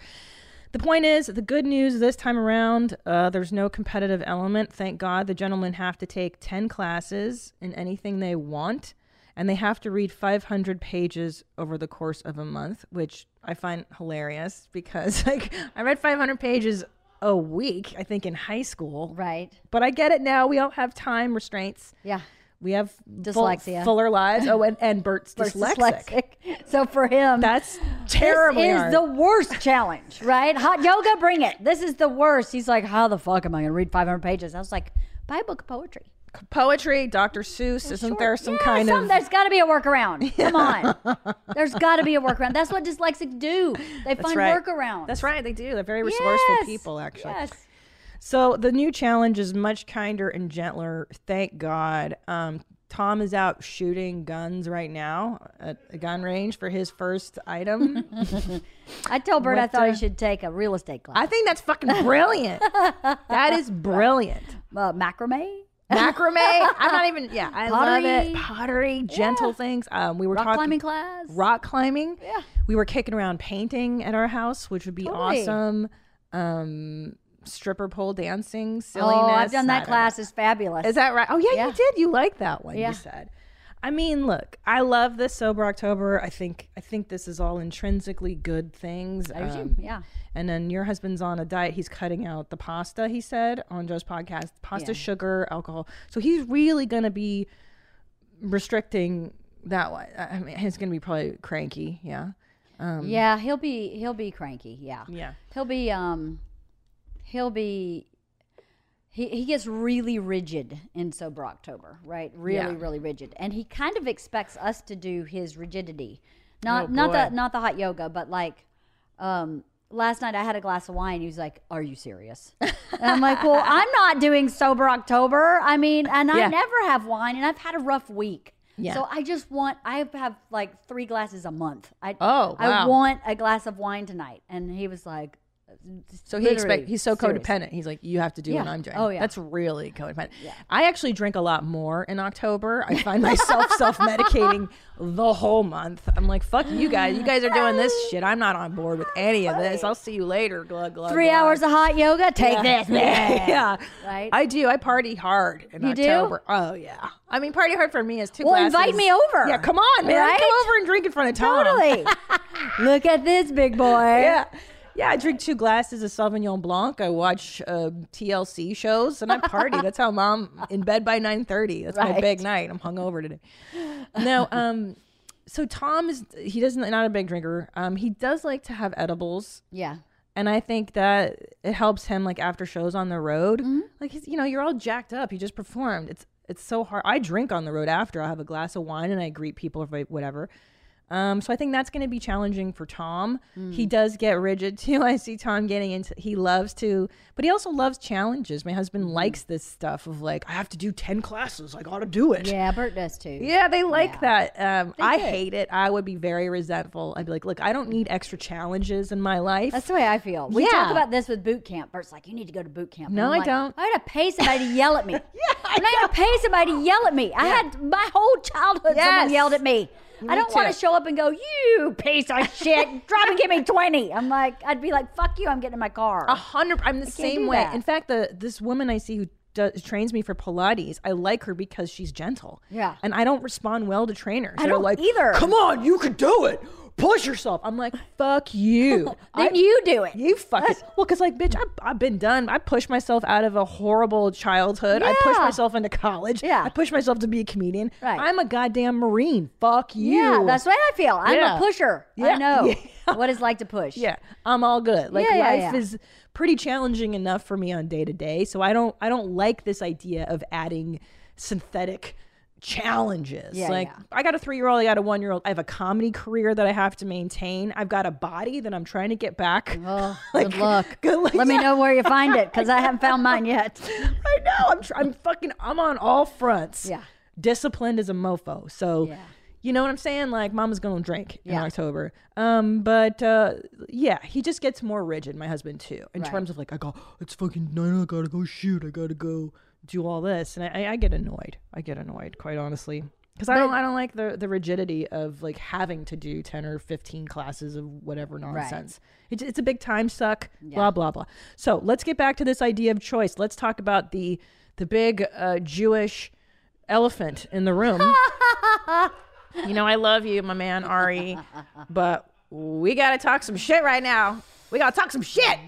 Speaker 1: The point is, the good news this time around, uh, there's no competitive element. Thank God the gentlemen have to take 10 classes in anything they want, and they have to read 500 pages over the course of a month, which I find hilarious because, [LAUGHS] like, I read 500 pages a week, I think, in high school.
Speaker 2: Right.
Speaker 1: But I get it now. We all have time restraints.
Speaker 2: Yeah.
Speaker 1: We have full-
Speaker 2: Dyslexia.
Speaker 1: fuller lives. Oh, and, and Bert's
Speaker 2: Bert's
Speaker 1: dyslexic.
Speaker 2: dyslexic. [LAUGHS] So for him,
Speaker 1: That's terrible.
Speaker 2: This is the worst challenge, right? Hot yoga, bring it. This is the worst. He's like, how the fuck am I going to read 500 pages? I was like, buy a book of poetry.
Speaker 1: poetry, Dr. Seuss. Isn't there some
Speaker 2: Yeah,
Speaker 1: kind
Speaker 2: some-
Speaker 1: of
Speaker 2: There's got to be
Speaker 1: [LAUGHS]
Speaker 2: a workaround. Come on. there's got to be a workaround. That's what dyslexics do. They find
Speaker 1: right.
Speaker 2: workarounds.
Speaker 1: That's right. They do. They're very resourceful
Speaker 2: Yes.
Speaker 1: people, actually.
Speaker 2: Yes.
Speaker 1: So the new challenge is much kinder and gentler. Thank God. Um, Tom is out shooting guns right now at a gun range for his first item. [LAUGHS]
Speaker 2: I told Bert I
Speaker 1: What uh,
Speaker 2: thought he
Speaker 1: the-
Speaker 2: should take a real estate class.
Speaker 1: I think that's fucking brilliant. that is brilliant.
Speaker 2: uh, macrame? [LAUGHS]
Speaker 1: Macrame. I'm not even. Yeah, I love it.
Speaker 2: Pottery.
Speaker 1: Pottery, gentle things. Um, we were
Speaker 2: Rock
Speaker 1: talking
Speaker 2: climbing class?
Speaker 1: rock climbing.
Speaker 2: Yeah.
Speaker 1: We were kicking around painting at our house, which would be
Speaker 2: Totally.
Speaker 1: awesome. Um, stripper pole dancing, silliness.
Speaker 2: Oh, I've done
Speaker 1: I
Speaker 2: that
Speaker 1: don't
Speaker 2: class. It's fabulous.
Speaker 1: know. Is that right? Oh yeah,
Speaker 2: Yeah.
Speaker 1: you did. You like that one,
Speaker 2: Yeah.
Speaker 1: you said. I mean, look, I love this sober October. I think I think this is all intrinsically good things.
Speaker 2: I do too.
Speaker 1: Um,
Speaker 2: yeah.
Speaker 1: and then your husband's on a diet. He's cutting out the pasta, he said on Joe's podcast pasta,
Speaker 2: Yeah.
Speaker 1: sugar, alcohol. So he's really going to be restricting that one. I I mean, he's going to be probably cranky. Yeah.
Speaker 2: yeah, he'll be he'll be cranky. Yeah.
Speaker 1: Um, Yeah.
Speaker 2: He'll be um he'll be he, he gets really rigid in sober October, right? Really,
Speaker 1: Yeah.
Speaker 2: really rigid. And he kind of expects us to do his rigidity. Not
Speaker 1: Oh,
Speaker 2: not the
Speaker 1: boy.
Speaker 2: not the hot yoga, but like um last night I had a glass of wine. He was like, Are
Speaker 1: [LAUGHS]
Speaker 2: you serious? and I'm like, Well, I'm not doing sober October. I mean, and I
Speaker 1: Yeah.
Speaker 2: never have wine and I've had a rough week.
Speaker 1: Yeah.
Speaker 2: So I just want I have like three glasses a month. I
Speaker 1: Oh,
Speaker 2: I
Speaker 1: wow.
Speaker 2: want a glass of wine tonight. And he was like,
Speaker 1: So he
Speaker 2: Literally,
Speaker 1: expect he's so
Speaker 2: seriously.
Speaker 1: codependent. He's like, you have to do what
Speaker 2: Yeah.
Speaker 1: I'm doing.
Speaker 2: Oh, yeah.
Speaker 1: that's really codependent. I actually drink a lot more in October. I find myself [LAUGHS] self medicating the whole month. I'm like, fuck you guys. You guys are doing
Speaker 2: [LAUGHS]
Speaker 1: this shit. I'm not on board with any of this. I'll see you later. Glug glug.
Speaker 2: Three
Speaker 1: glug.
Speaker 2: hours of hot yoga? Take
Speaker 1: [LAUGHS]
Speaker 2: this. [LAUGHS]
Speaker 1: yeah.
Speaker 2: Right?
Speaker 1: I do. I party hard in
Speaker 2: You do?
Speaker 1: October. Oh yeah. I mean, party hard for me is two.
Speaker 2: Well,
Speaker 1: glasses.
Speaker 2: invite me over.
Speaker 1: Yeah, come on, man.
Speaker 2: Right?
Speaker 1: Come over and drink in front of Tom. [LAUGHS]
Speaker 2: Totally. Look at this big boy.
Speaker 1: Yeah. Yeah, I drink two glasses of Sauvignon Blanc. I watch uh, TLC shows and I
Speaker 2: [LAUGHS]
Speaker 1: party. That's how mom in bed by nine thirty. That's my
Speaker 2: Right.
Speaker 1: big night. I'm hungover today. No, um, so Tom is he doesn't not a big drinker. Um, he does like to have edibles,
Speaker 2: Yeah.
Speaker 1: and I think that it helps him like after shows on the road.
Speaker 2: Mm-hmm.
Speaker 1: Like he's, you know, you're all jacked up. You just performed. It's it's so hard. I drink on the road after. I have a glass of wine and I greet people or whatever. Um, so I think that's going to be challenging for Tom.
Speaker 2: Mm.
Speaker 1: He does get rigid too. [LAUGHS] I see Tom getting into. He loves to, but he also loves challenges. My
Speaker 2: Mm-hmm.
Speaker 1: husband likes this stuff of like I have to do ten classes. I got to do it.
Speaker 2: Yeah, Bert does too.
Speaker 1: Yeah, they like that. Um, I
Speaker 2: do.
Speaker 1: hate it. I would be very resentful. I'd be like, look, I don't need extra challenges in my life.
Speaker 2: That's the way I feel. We
Speaker 1: Yeah.
Speaker 2: talk about this with boot camp. Bert's like, you need to go to boot camp. And
Speaker 1: No,
Speaker 2: I'm
Speaker 1: I
Speaker 2: like,
Speaker 1: don't.
Speaker 2: I had to pay somebody to yell
Speaker 1: [LAUGHS]
Speaker 2: at me. yeah,
Speaker 1: I
Speaker 2: I'm not gonna pay somebody to yell at me. I had my whole childhood
Speaker 1: Yes.
Speaker 2: someone yelled at me. I don't want
Speaker 1: too.
Speaker 2: to show up and go, you
Speaker 1: [LAUGHS]
Speaker 2: piece of shit, drop and give me twenty. I'm like, I'd be like, fuck you, I'm getting in my car.
Speaker 1: A hundred. I'm the same
Speaker 2: do
Speaker 1: way.
Speaker 2: that.
Speaker 1: In fact, the this woman I see who does, trains me for Pilates, I like her because she's gentle.
Speaker 2: Yeah.
Speaker 1: and I don't respond well to trainers. I
Speaker 2: don't
Speaker 1: like,
Speaker 2: either.
Speaker 1: Come on, you can do it. Push yourself. I'm like, fuck
Speaker 2: [LAUGHS]
Speaker 1: you.
Speaker 2: then you do it.
Speaker 1: You fucking well, because like, bitch, I've, I've been done. I pushed myself out of a horrible childhood. I pushed
Speaker 2: Yeah.
Speaker 1: myself into college.
Speaker 2: Yeah.
Speaker 1: I pushed myself to be a comedian.
Speaker 2: Right.
Speaker 1: I'm a goddamn marine. Fuck you.
Speaker 2: Yeah, that's the way I feel. I'm
Speaker 1: Yeah.
Speaker 2: a pusher.
Speaker 1: Yeah.
Speaker 2: I know
Speaker 1: [LAUGHS] Yeah.
Speaker 2: what it's like to push.
Speaker 1: Yeah, I'm all good. Like
Speaker 2: Yeah, yeah,
Speaker 1: life
Speaker 2: yeah.
Speaker 1: is pretty challenging enough for me on day to day, so I don't I don't like this idea of adding synthetic challenges.
Speaker 2: Yeah,
Speaker 1: like
Speaker 2: yeah.
Speaker 1: I got a 3-year-old, I got a 1-year-old. I have a comedy career that I have to maintain. I've got a body that I'm trying to get back.
Speaker 2: Well,
Speaker 1: [LAUGHS] Like,
Speaker 2: Oh, good luck.
Speaker 1: good luck,
Speaker 2: Let me
Speaker 1: yeah.
Speaker 2: know where you find it because I haven't
Speaker 1: [LAUGHS]
Speaker 2: found mine yet.
Speaker 1: I know. I'm tr- I'm fucking I'm on all fronts.
Speaker 2: Yeah.
Speaker 1: Disciplined as a mofo. So
Speaker 2: Yeah.
Speaker 1: you know what I'm saying? Like mama's gonna drink in
Speaker 2: Yeah.
Speaker 1: October. Um, but uh yeah, he just gets more rigid, my husband too, in
Speaker 2: Right.
Speaker 1: terms of like I got it's fucking nine, I gotta go shoot, I gotta go do all this. And I, I get annoyed. I get annoyed, quite honestly. Because I don't, I don't like the, the rigidity of like having to do ten or fifteen classes of whatever nonsense. It's, it's a big time suck. Blah blah blah. So let's get back to this idea of choice. Let's talk about the the big uh, Jewish elephant in the room. you know I love you, my man Ari, but we gotta talk some shit right now. We gotta talk some shit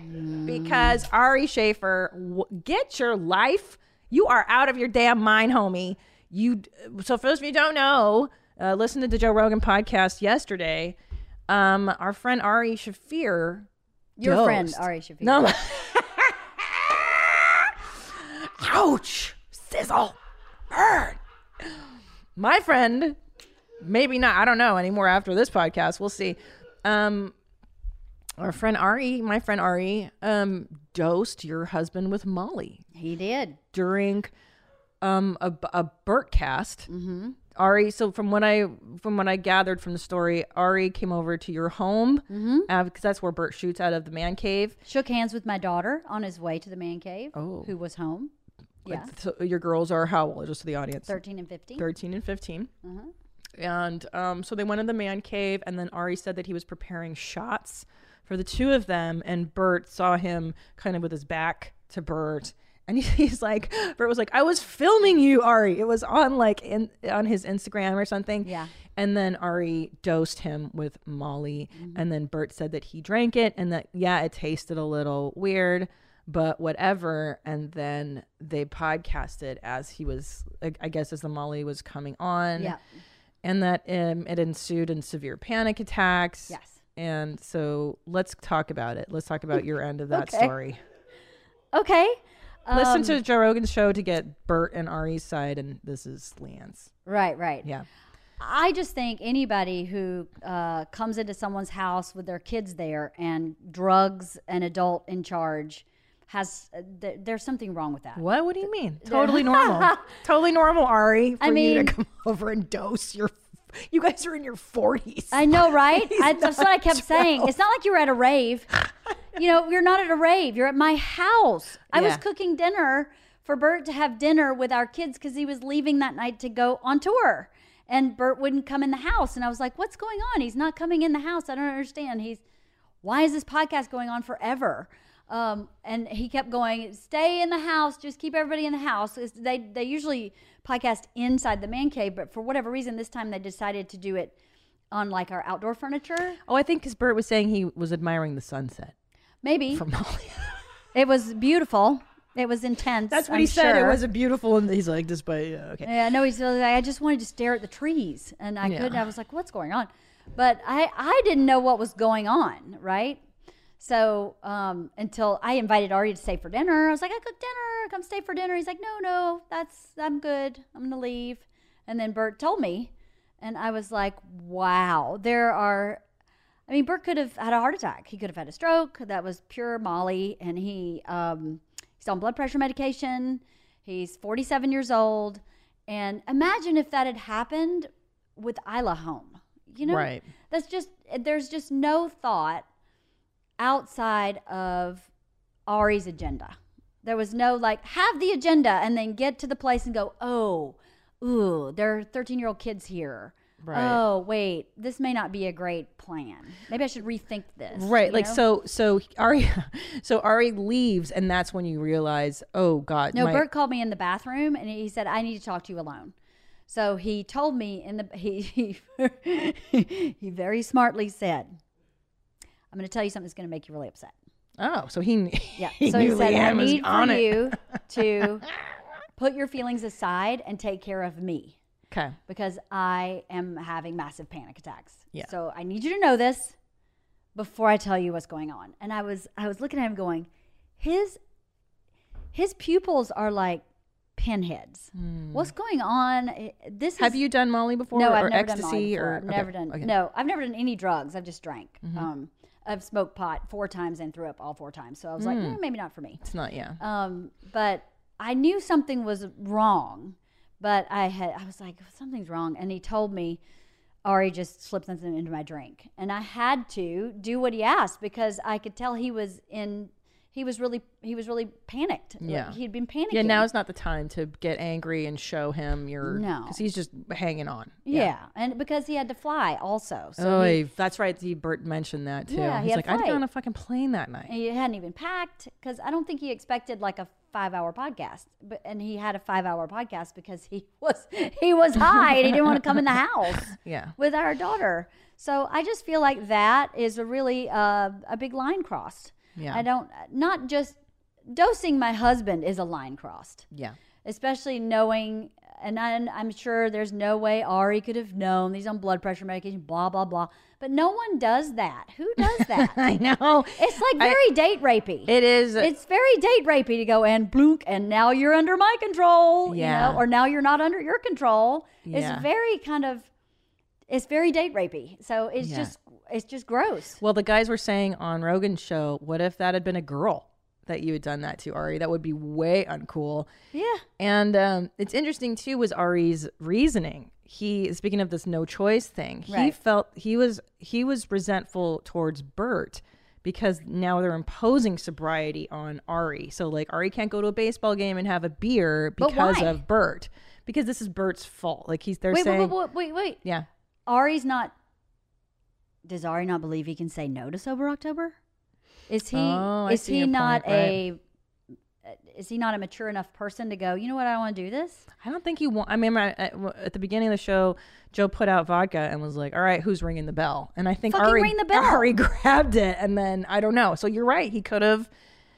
Speaker 1: because Ari Schaefer, w- get your life. You are out of your damn mind, homie. You. So for those of you who don't know, uh, listen to the Joe Rogan podcast yesterday. Um, our friend Ari Shafir
Speaker 2: Your friend
Speaker 1: Ghost.
Speaker 2: Ari Shafi.
Speaker 1: no. I'm- Ouch! Sizzle! Burn! My friend, maybe not, I don't know anymore after this podcast. We'll see. Um, our friend Ari, my friend Ari, um, dosed your husband with Molly
Speaker 2: he did.
Speaker 1: during um a, a Burt cast. Ari, so from what I from what I gathered from the story, Ari came over to your home because that's where Burt shoots out of the man cave.
Speaker 2: Shook hands with my daughter on his way to the man cave,
Speaker 1: Oh.
Speaker 2: who was home. Yeah,
Speaker 1: So your girls are how old? Just to the audience,
Speaker 2: 13 and 15.
Speaker 1: thirteen and 15
Speaker 2: Mm-hmm.
Speaker 1: And um, so they went in the man cave, and then Ari said that he was preparing shots for the two of them, and Bert saw him kind of with his back to Bert. And [LAUGHS] he- he's like, Bert was like, I was filming you, Ari. It was on like in, on his Instagram or something.
Speaker 2: Yeah.
Speaker 1: And then Ari dosed him with Molly.
Speaker 2: Mm-hmm.
Speaker 1: And then Bert said that he drank it and that, yeah, it tasted a little weird, but whatever. And then they podcasted as he was, like, I guess, as the Molly was coming on.
Speaker 2: Yeah.
Speaker 1: And that um, it ensued in severe panic attacks.
Speaker 2: Yes.
Speaker 1: And so let's talk about it. Let's talk about your end of that
Speaker 2: Okay. Um,
Speaker 1: story.
Speaker 2: Okay.
Speaker 1: Listen to Joe Rogan's show to get Bert and Ari's side, and this is Leanne's.
Speaker 2: Right, right.
Speaker 1: Yeah.
Speaker 2: I just think anybody who uh, comes into someone's house with their kids there and drugs an adult in charge has, uh, th- there's something wrong with that.
Speaker 1: What? What do you mean? Totally
Speaker 2: [LAUGHS]
Speaker 1: normal. totally normal, Ari. For
Speaker 2: I
Speaker 1: you
Speaker 2: mean-
Speaker 1: to come [LAUGHS] over and dose your. You guys are in your forties.
Speaker 2: I know,
Speaker 1: [LAUGHS]
Speaker 2: right? I, that's what I kept saying. It's not like you were at a rave. You know, you're not at a rave. You're at my house. I was
Speaker 1: Yeah.
Speaker 2: cooking dinner for Bert to have dinner with our kids because he was leaving that night to go on tour. And Bert wouldn't come in the house. And I was like, what's going on? He's not coming in the house. I don't understand. He's, why is this podcast going on forever? Um, and he kept going, stay in the house, just keep everybody in the house. It's- They, they usually podcast inside the man cave, but for whatever reason, this time they decided to do it on like our outdoor furniture.
Speaker 1: Oh, I think because Bert was saying he was admiring the sunset
Speaker 2: Maybe
Speaker 1: from Molly.
Speaker 2: it was beautiful. It was intense.
Speaker 1: That's what
Speaker 2: I'm
Speaker 1: he said. It
Speaker 2: sure.
Speaker 1: was a beautiful. And he's like, despite yeah, okay.
Speaker 2: Yeah, no, he's like, I just wanted to stare at the trees, and I couldn't.
Speaker 1: Yeah.
Speaker 2: I was like, "What's going on?" But I, I didn't know what was going on, right? So um, until I invited Artie to stay for dinner, I was like, "I cooked dinner. Come stay for dinner." He's like, "No, no, that's I'm good. I'm gonna leave." And then Bert told me, and I was like, "Wow, there are." I mean, Bert could have had a heart attack. He could have had a stroke. That was pure Molly, and he um, he's on blood pressure medication. He's 47 years old, and imagine if that had happened with Isla home. You know,
Speaker 1: Right.
Speaker 2: That's just there's just no thought outside of Ari's agenda. There was no like have the agenda and then get to the place and go, oh, ooh, there are 13 year old kids here.
Speaker 1: Right.
Speaker 2: Oh, wait, this may not be a great plan. Maybe I should rethink this.
Speaker 1: Right.
Speaker 2: you
Speaker 1: Like so.
Speaker 2: know?
Speaker 1: So Ari. [LAUGHS] So Ari leaves, and that's when you realize, oh God.
Speaker 2: No,
Speaker 1: my-
Speaker 2: Bert called me in the bathroom and he said, I need to talk to you alone. So he told me in the [LAUGHS] he he, he very smartly said, I'm gonna tell you something that's gonna make you really upset.
Speaker 1: Oh, so he. [LAUGHS]
Speaker 2: Yeah.
Speaker 1: He
Speaker 2: so he
Speaker 1: knew
Speaker 2: said, I
Speaker 1: Leanne was
Speaker 2: need
Speaker 1: on
Speaker 2: for
Speaker 1: it." [LAUGHS]
Speaker 2: you to put your feelings aside and take care of me
Speaker 1: Okay.
Speaker 2: because I am having massive panic attacks.
Speaker 1: Yeah.
Speaker 2: So I need you to know this before I tell you what's going on. And I was I was looking at him going, his his pupils are like pinheads. What's going on? This
Speaker 1: Hmm. Have
Speaker 2: is,
Speaker 1: you done Molly before?
Speaker 2: no,
Speaker 1: or
Speaker 2: I've never
Speaker 1: ecstasy
Speaker 2: done Molly before.
Speaker 1: or
Speaker 2: I've
Speaker 1: okay,
Speaker 2: never done
Speaker 1: okay. Mm-hmm.
Speaker 2: no, I've never done any drugs. I've just drank. Um, I've smoked pot four times and threw up all four times. So I was like,
Speaker 1: Hmm.
Speaker 2: "Eh, maybe not for me.
Speaker 1: It's not. Yeah.
Speaker 2: Um, but I knew something was wrong. But I had I was like something's wrong, and he told me Ari just slipped something into my drink, and I had to do what he asked because I could tell he was in he was really he was really panicked. Like,
Speaker 1: Yeah.
Speaker 2: he'd been panicking.
Speaker 1: Yeah. Now is not the time to get angry and show him your.
Speaker 2: No.
Speaker 1: Because he's just hanging on.
Speaker 2: yeah. and because he had to fly also, so
Speaker 1: oh, he- that's right. He, Bert mentioned that too.
Speaker 2: Yeah, he
Speaker 1: he's
Speaker 2: had
Speaker 1: like, I'd
Speaker 2: flight.
Speaker 1: go on a fucking plane that night.
Speaker 2: he hadn't even packed because I don't think he expected like a five hour podcast. But and he had a five hour podcast because he [LAUGHS] was he was high and he didn't want to come in the house
Speaker 1: [LAUGHS] Yeah.
Speaker 2: with our daughter. So I just feel like that is a really uh, a big line crossed.
Speaker 1: Yeah.
Speaker 2: I don't not just dosing my husband is a line crossed [LAUGHS]
Speaker 1: Yeah. [LAUGHS]
Speaker 2: especially knowing and I'm, I'm sure there's no way Ari could have known these on blood pressure medication, blah blah blah. But no one does that. Who does
Speaker 1: [LAUGHS]
Speaker 2: that?
Speaker 1: I know.
Speaker 2: it's like very date rapey.
Speaker 1: It is.
Speaker 2: it's very date rapey to go and blunk and now you're under my control, you
Speaker 1: Yeah.
Speaker 2: know, or now you're not under your control.
Speaker 1: Yeah.
Speaker 2: It's very kind of it's very date rapey. So it's
Speaker 1: Yeah.
Speaker 2: just it's just gross.
Speaker 1: Well, the guys were saying on Rogan's show, what if that had been a girl that you had done that to Ari? That would be way uncool.
Speaker 2: Yeah.
Speaker 1: And um, it's interesting too was Ari's reasoning. He speaking of this no choice thing, he
Speaker 2: Right.
Speaker 1: felt he was he was resentful towards Bert because now they're imposing sobriety on Ari. So like Ari can't go to a baseball game and have a beer
Speaker 2: But
Speaker 1: because
Speaker 2: why?
Speaker 1: of Bert. Because this is Bert's fault. Like he's they're
Speaker 2: Wait, wait,
Speaker 1: saying
Speaker 2: wait, wait, wait, wait.
Speaker 1: Yeah.
Speaker 2: Ari's not. Does Ari not believe he can say no to sober October? Is he?
Speaker 1: Oh, I
Speaker 2: is
Speaker 1: see
Speaker 2: he
Speaker 1: your
Speaker 2: not
Speaker 1: point,
Speaker 2: a? Is he not a mature enough person to go? You know what? I want to do this.
Speaker 1: I don't think he want. I mean, I- I- at the beginning of the show, Joe put out vodka and was like, "All right, who's ringing the bell?" And I think
Speaker 2: Fucking
Speaker 1: Ari,
Speaker 2: ring the
Speaker 1: [LAUGHS]
Speaker 2: bell.
Speaker 1: Ari grabbed it, and then I don't know. So you're right. He could have.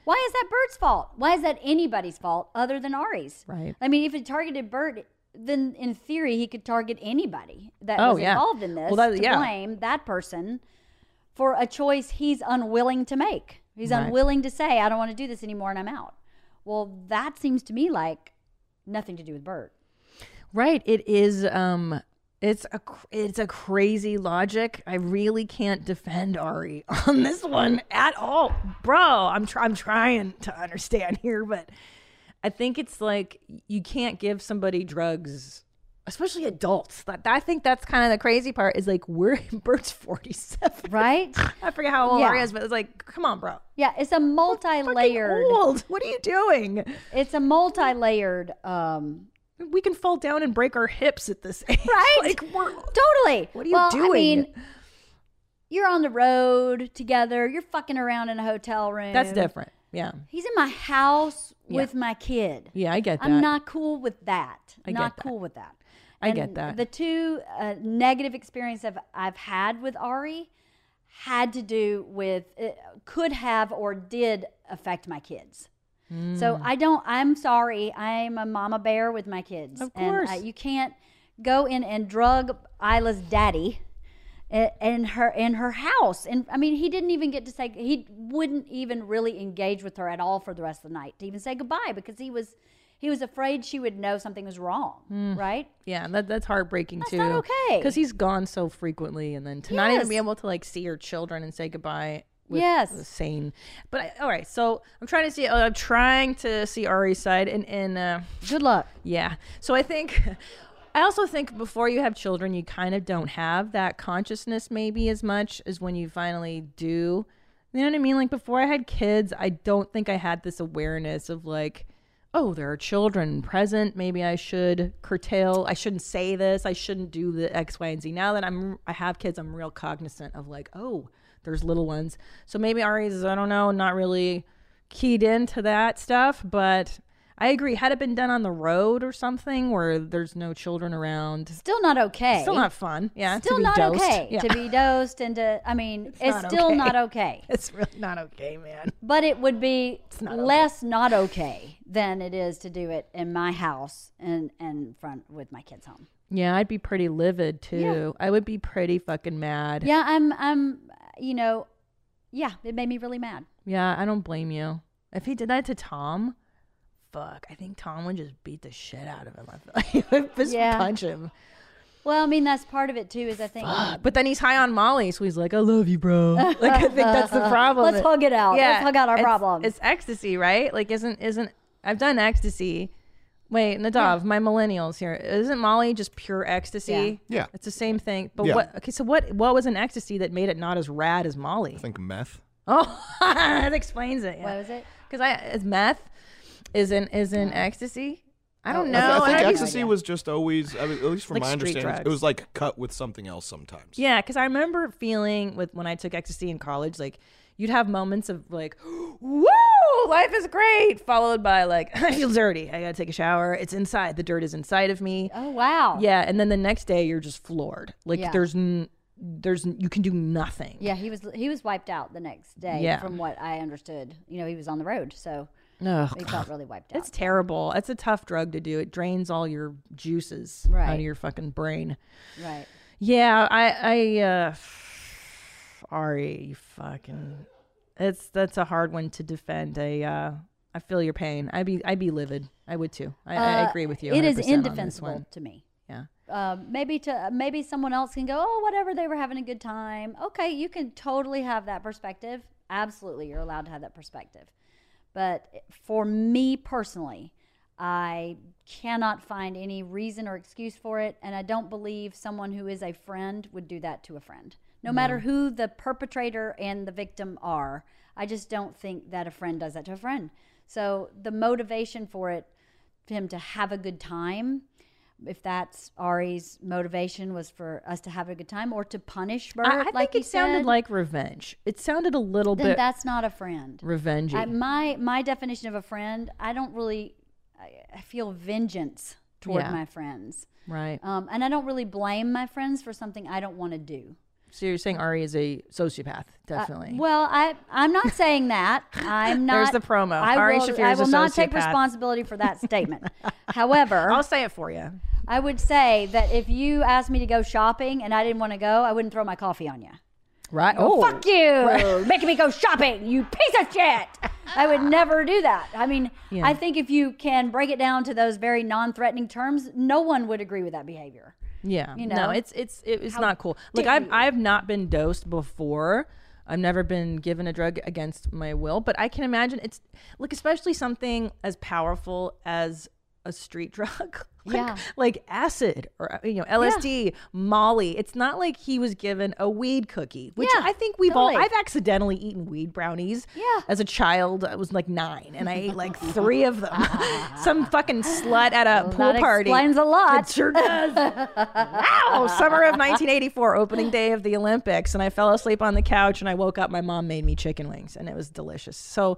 Speaker 2: Why is that Bert's fault? Why is that anybody's fault other than Ari's?
Speaker 1: Right.
Speaker 2: I mean, if it targeted Bert, then in theory he could target anybody that
Speaker 1: Oh,
Speaker 2: was
Speaker 1: yeah.
Speaker 2: involved in this
Speaker 1: Well, that-
Speaker 2: to
Speaker 1: yeah.
Speaker 2: blame that person for a choice he's unwilling to make. He's
Speaker 1: Right.
Speaker 2: unwilling to say, "I don't want to do this anymore," and I'm out. Well, that seems to me like nothing to do with Bert.
Speaker 1: Right. It is. Um. It's a. cr- It's a crazy logic. I really can't defend Ari [LAUGHS] on this one at all, bro. I'm. Try, I'm trying to understand [LAUGHS] here, but I think it's like you can't give somebody drugs. Especially adults. That I think that's kind of the crazy part is like we're [LAUGHS] Bert's forty seven.
Speaker 2: Right?
Speaker 1: [LAUGHS] I forget how old
Speaker 2: Yeah.
Speaker 1: Ari is, but it's like, come on, bro.
Speaker 2: yeah, it's a multi-layered.
Speaker 1: Old. What are you doing?
Speaker 2: It's a multi-layered um
Speaker 1: We can fall down and break our hips at this [LAUGHS] age.
Speaker 2: Right?
Speaker 1: Like we're
Speaker 2: Totally.
Speaker 1: What are you
Speaker 2: well,
Speaker 1: doing?
Speaker 2: I mean, you're on the road together. You're fucking around in a hotel room.
Speaker 1: That's different. Yeah.
Speaker 2: He's in my house with my kid.
Speaker 1: Yeah, I get that.
Speaker 2: I'm not cool with that.
Speaker 1: I get
Speaker 2: not
Speaker 1: that.
Speaker 2: cool with that.
Speaker 1: I get
Speaker 2: And
Speaker 1: that.
Speaker 2: The two uh, negative experiences I've, I've had with Ari had to do with, it could have or did affect my kids.
Speaker 1: Mm.
Speaker 2: So I don't. I'm sorry. I'm a mama bear with my kids.
Speaker 1: Of
Speaker 2: and I,
Speaker 1: course.
Speaker 2: you can't go in and drug Isla's daddy i- in her in her house. And I mean, he didn't even get to say he wouldn't even really engage with her at all for the rest of the night to even say goodbye because he was he was afraid she would know something was wrong.
Speaker 1: Mm.
Speaker 2: Right?
Speaker 1: Yeah, that, that's heartbreaking too.
Speaker 2: not okay.
Speaker 1: Because he's gone so frequently, and then to not
Speaker 2: Yes.
Speaker 1: even be able to like see your children and say goodbye. With
Speaker 2: Yes.
Speaker 1: was sane. But I, all right, so I'm trying to see. Uh, I'm trying to see Ari's side, and and uh,
Speaker 2: Good luck.
Speaker 1: yeah. So I think. [LAUGHS] I also think before you have children, you kind of don't have that consciousness maybe as much as when you finally do. You know what I mean? Like before I had kids, I don't think I had this awareness of like, oh, there are children present. Maybe I should curtail. I shouldn't say this. I shouldn't do the X, Y, and Z. Now that I'm I have kids, I'm real cognizant of like, oh, there's little ones. So maybe Ari's is I don't know, not really keyed into that stuff, but I agree. Had it been done on the road or something where there's no children around,
Speaker 2: Still not okay.
Speaker 1: still not fun. Yeah, to
Speaker 2: Still
Speaker 1: be
Speaker 2: not
Speaker 1: dosed.
Speaker 2: okay
Speaker 1: [LAUGHS] Yeah.
Speaker 2: to be dosed and to. I mean, it's,
Speaker 1: not
Speaker 2: still
Speaker 1: okay.
Speaker 2: not okay.
Speaker 1: it's really not okay, man.
Speaker 2: But it would be
Speaker 1: not okay.
Speaker 2: less not okay than it is to do it in my house and and front with my kids home.
Speaker 1: Yeah, I'd be pretty livid too. I would be pretty fucking mad.
Speaker 2: Yeah, I'm I'm you know, yeah, it made me really mad.
Speaker 1: Yeah, I don't blame you. If he did that to Tom, fuck, I think Tom would just beat the shit out of him. I feel like [LAUGHS] just
Speaker 2: Yeah.
Speaker 1: punch him.
Speaker 2: Well, I mean that's part of it too. Is I think
Speaker 1: But then he's high on Molly, so he's like, "I love you,
Speaker 2: [LAUGHS]
Speaker 1: bro." Like I think that's the problem.
Speaker 2: let's hug it out. Let's hug out our
Speaker 1: it's-
Speaker 2: problems.
Speaker 1: It's ecstasy, right? Like isn't isn't I've done ecstasy. Wait, Nadav, my millennials here. Isn't Molly just pure ecstasy?
Speaker 2: Yeah.
Speaker 3: Yeah. Yeah.
Speaker 1: It's the same thing. But
Speaker 3: Yeah.
Speaker 1: what okay, so what what was an ecstasy that made it not as rad as Molly?
Speaker 3: I think meth.
Speaker 1: [LAUGHS] Oh, that explains it.
Speaker 2: what
Speaker 1: Yeah.
Speaker 2: was it?
Speaker 1: Cuz I is meth is in is in ecstasy? I don't know.
Speaker 3: I, th- I
Speaker 1: and
Speaker 3: think
Speaker 1: I'd be-
Speaker 3: ecstasy was just always, I mean, at least from
Speaker 1: Like
Speaker 3: my
Speaker 1: street
Speaker 3: understanding, it
Speaker 1: drugs.
Speaker 3: was like cut with something else sometimes.
Speaker 1: Yeah, because I remember feeling with when I took ecstasy in college, like you'd have moments of like, [GASPS] "Woo, life is great," followed by like, [LAUGHS] "I feel dirty. I gotta take a shower. It's inside. The dirt is inside of me."
Speaker 2: Oh wow.
Speaker 1: Yeah, and then the next day you're just floored. Like
Speaker 2: Yeah.
Speaker 1: there's n- there's n- you can do nothing.
Speaker 2: Yeah, he was he was wiped out the next day
Speaker 1: Yeah.
Speaker 2: from what I understood. You know, he was on the road, so
Speaker 1: Ugh.
Speaker 2: he felt really wiped out.
Speaker 1: It's terrible. It's a tough drug to do. It drains all your juices out
Speaker 2: Right.
Speaker 1: of your fucking brain.
Speaker 2: right.
Speaker 1: Yeah, I, I, uh, [SIGHS] Ari, you fucking, it's that's a hard one to defend. I, uh, I feel your pain. I'd be, I'd be livid. I would too. I, I
Speaker 2: Uh,
Speaker 1: agree with you.
Speaker 2: It
Speaker 1: 100% on
Speaker 2: is
Speaker 1: this
Speaker 2: indefensible
Speaker 1: one.
Speaker 2: to me.
Speaker 1: Yeah.
Speaker 2: Um, maybe to maybe someone else can go. Oh, whatever. They were having a good time. Okay, you can totally have that perspective. Absolutely, you're allowed to have that perspective. But for me personally, I cannot find any reason or excuse for it, and I don't believe someone who is a friend would do that to a friend, no matter who the perpetrator and the victim are. I just don't think that a friend does that to a friend. So the motivation for it, for him to have a good time, if that's Ari's motivation was for us to have a good time or to punish Bert,
Speaker 1: I, I
Speaker 2: like he
Speaker 1: think it sounded
Speaker 2: said,
Speaker 1: like revenge. It sounded a little
Speaker 2: then
Speaker 1: bit
Speaker 2: that's not a friend.
Speaker 1: revenge.
Speaker 2: I, my my definition of a friend, I don't really, I, I feel vengeance toward
Speaker 1: Yeah.
Speaker 2: my friends,
Speaker 1: right.
Speaker 2: um, and I don't really blame my friends for something I don't want to do.
Speaker 1: So you're saying Ari is a sociopath,
Speaker 2: Uh,
Speaker 1: definitely.
Speaker 2: Well, I I'm not saying that.
Speaker 1: [LAUGHS]
Speaker 2: I'm
Speaker 1: There's
Speaker 2: not.
Speaker 1: the promo.
Speaker 2: I
Speaker 1: Ari
Speaker 2: will,
Speaker 1: Shaffir
Speaker 2: I
Speaker 1: is a
Speaker 2: will not take
Speaker 1: sociopath.
Speaker 2: responsibility for
Speaker 1: [LAUGHS]
Speaker 2: that statement. However,
Speaker 1: I'll say it for you.
Speaker 2: I would say that if you asked me to go shopping and I didn't want to go, I wouldn't throw my coffee on you.
Speaker 1: Right. Oh,
Speaker 2: Fuck you, [LAUGHS] making me go shopping, you piece of shit. I would never do that. I mean,
Speaker 1: Yeah.
Speaker 2: I think if you can break it down to those very non-threatening terms, no one would agree with that behavior.
Speaker 1: Yeah.
Speaker 2: know?
Speaker 1: No, it's it's it- it's not cool. Like
Speaker 2: dare
Speaker 1: I've
Speaker 2: you.
Speaker 1: I've not been dosed before. I've never been given a drug against my will, but I can imagine it's like especially something as powerful as a street [LAUGHS] drug. like,
Speaker 2: Yeah.
Speaker 1: like acid or uh, you know LSD, Molly. It's not like he was given a weed cookie, which
Speaker 2: Yeah,
Speaker 1: I think we've all
Speaker 2: totally.
Speaker 1: I've accidentally eaten weed brownies.
Speaker 2: Yeah.
Speaker 1: As a child, I was like 9 and I ate
Speaker 2: [LAUGHS]
Speaker 1: like 3 of them. Some fucking slut at a pool
Speaker 2: that
Speaker 1: party.
Speaker 2: explains a lot.
Speaker 1: It sure does. wow, summer of 1984, opening day of the Olympics, and I fell asleep on the couch and I woke up. My mom made me chicken wings, and it was delicious.
Speaker 2: [LAUGHS]
Speaker 1: So,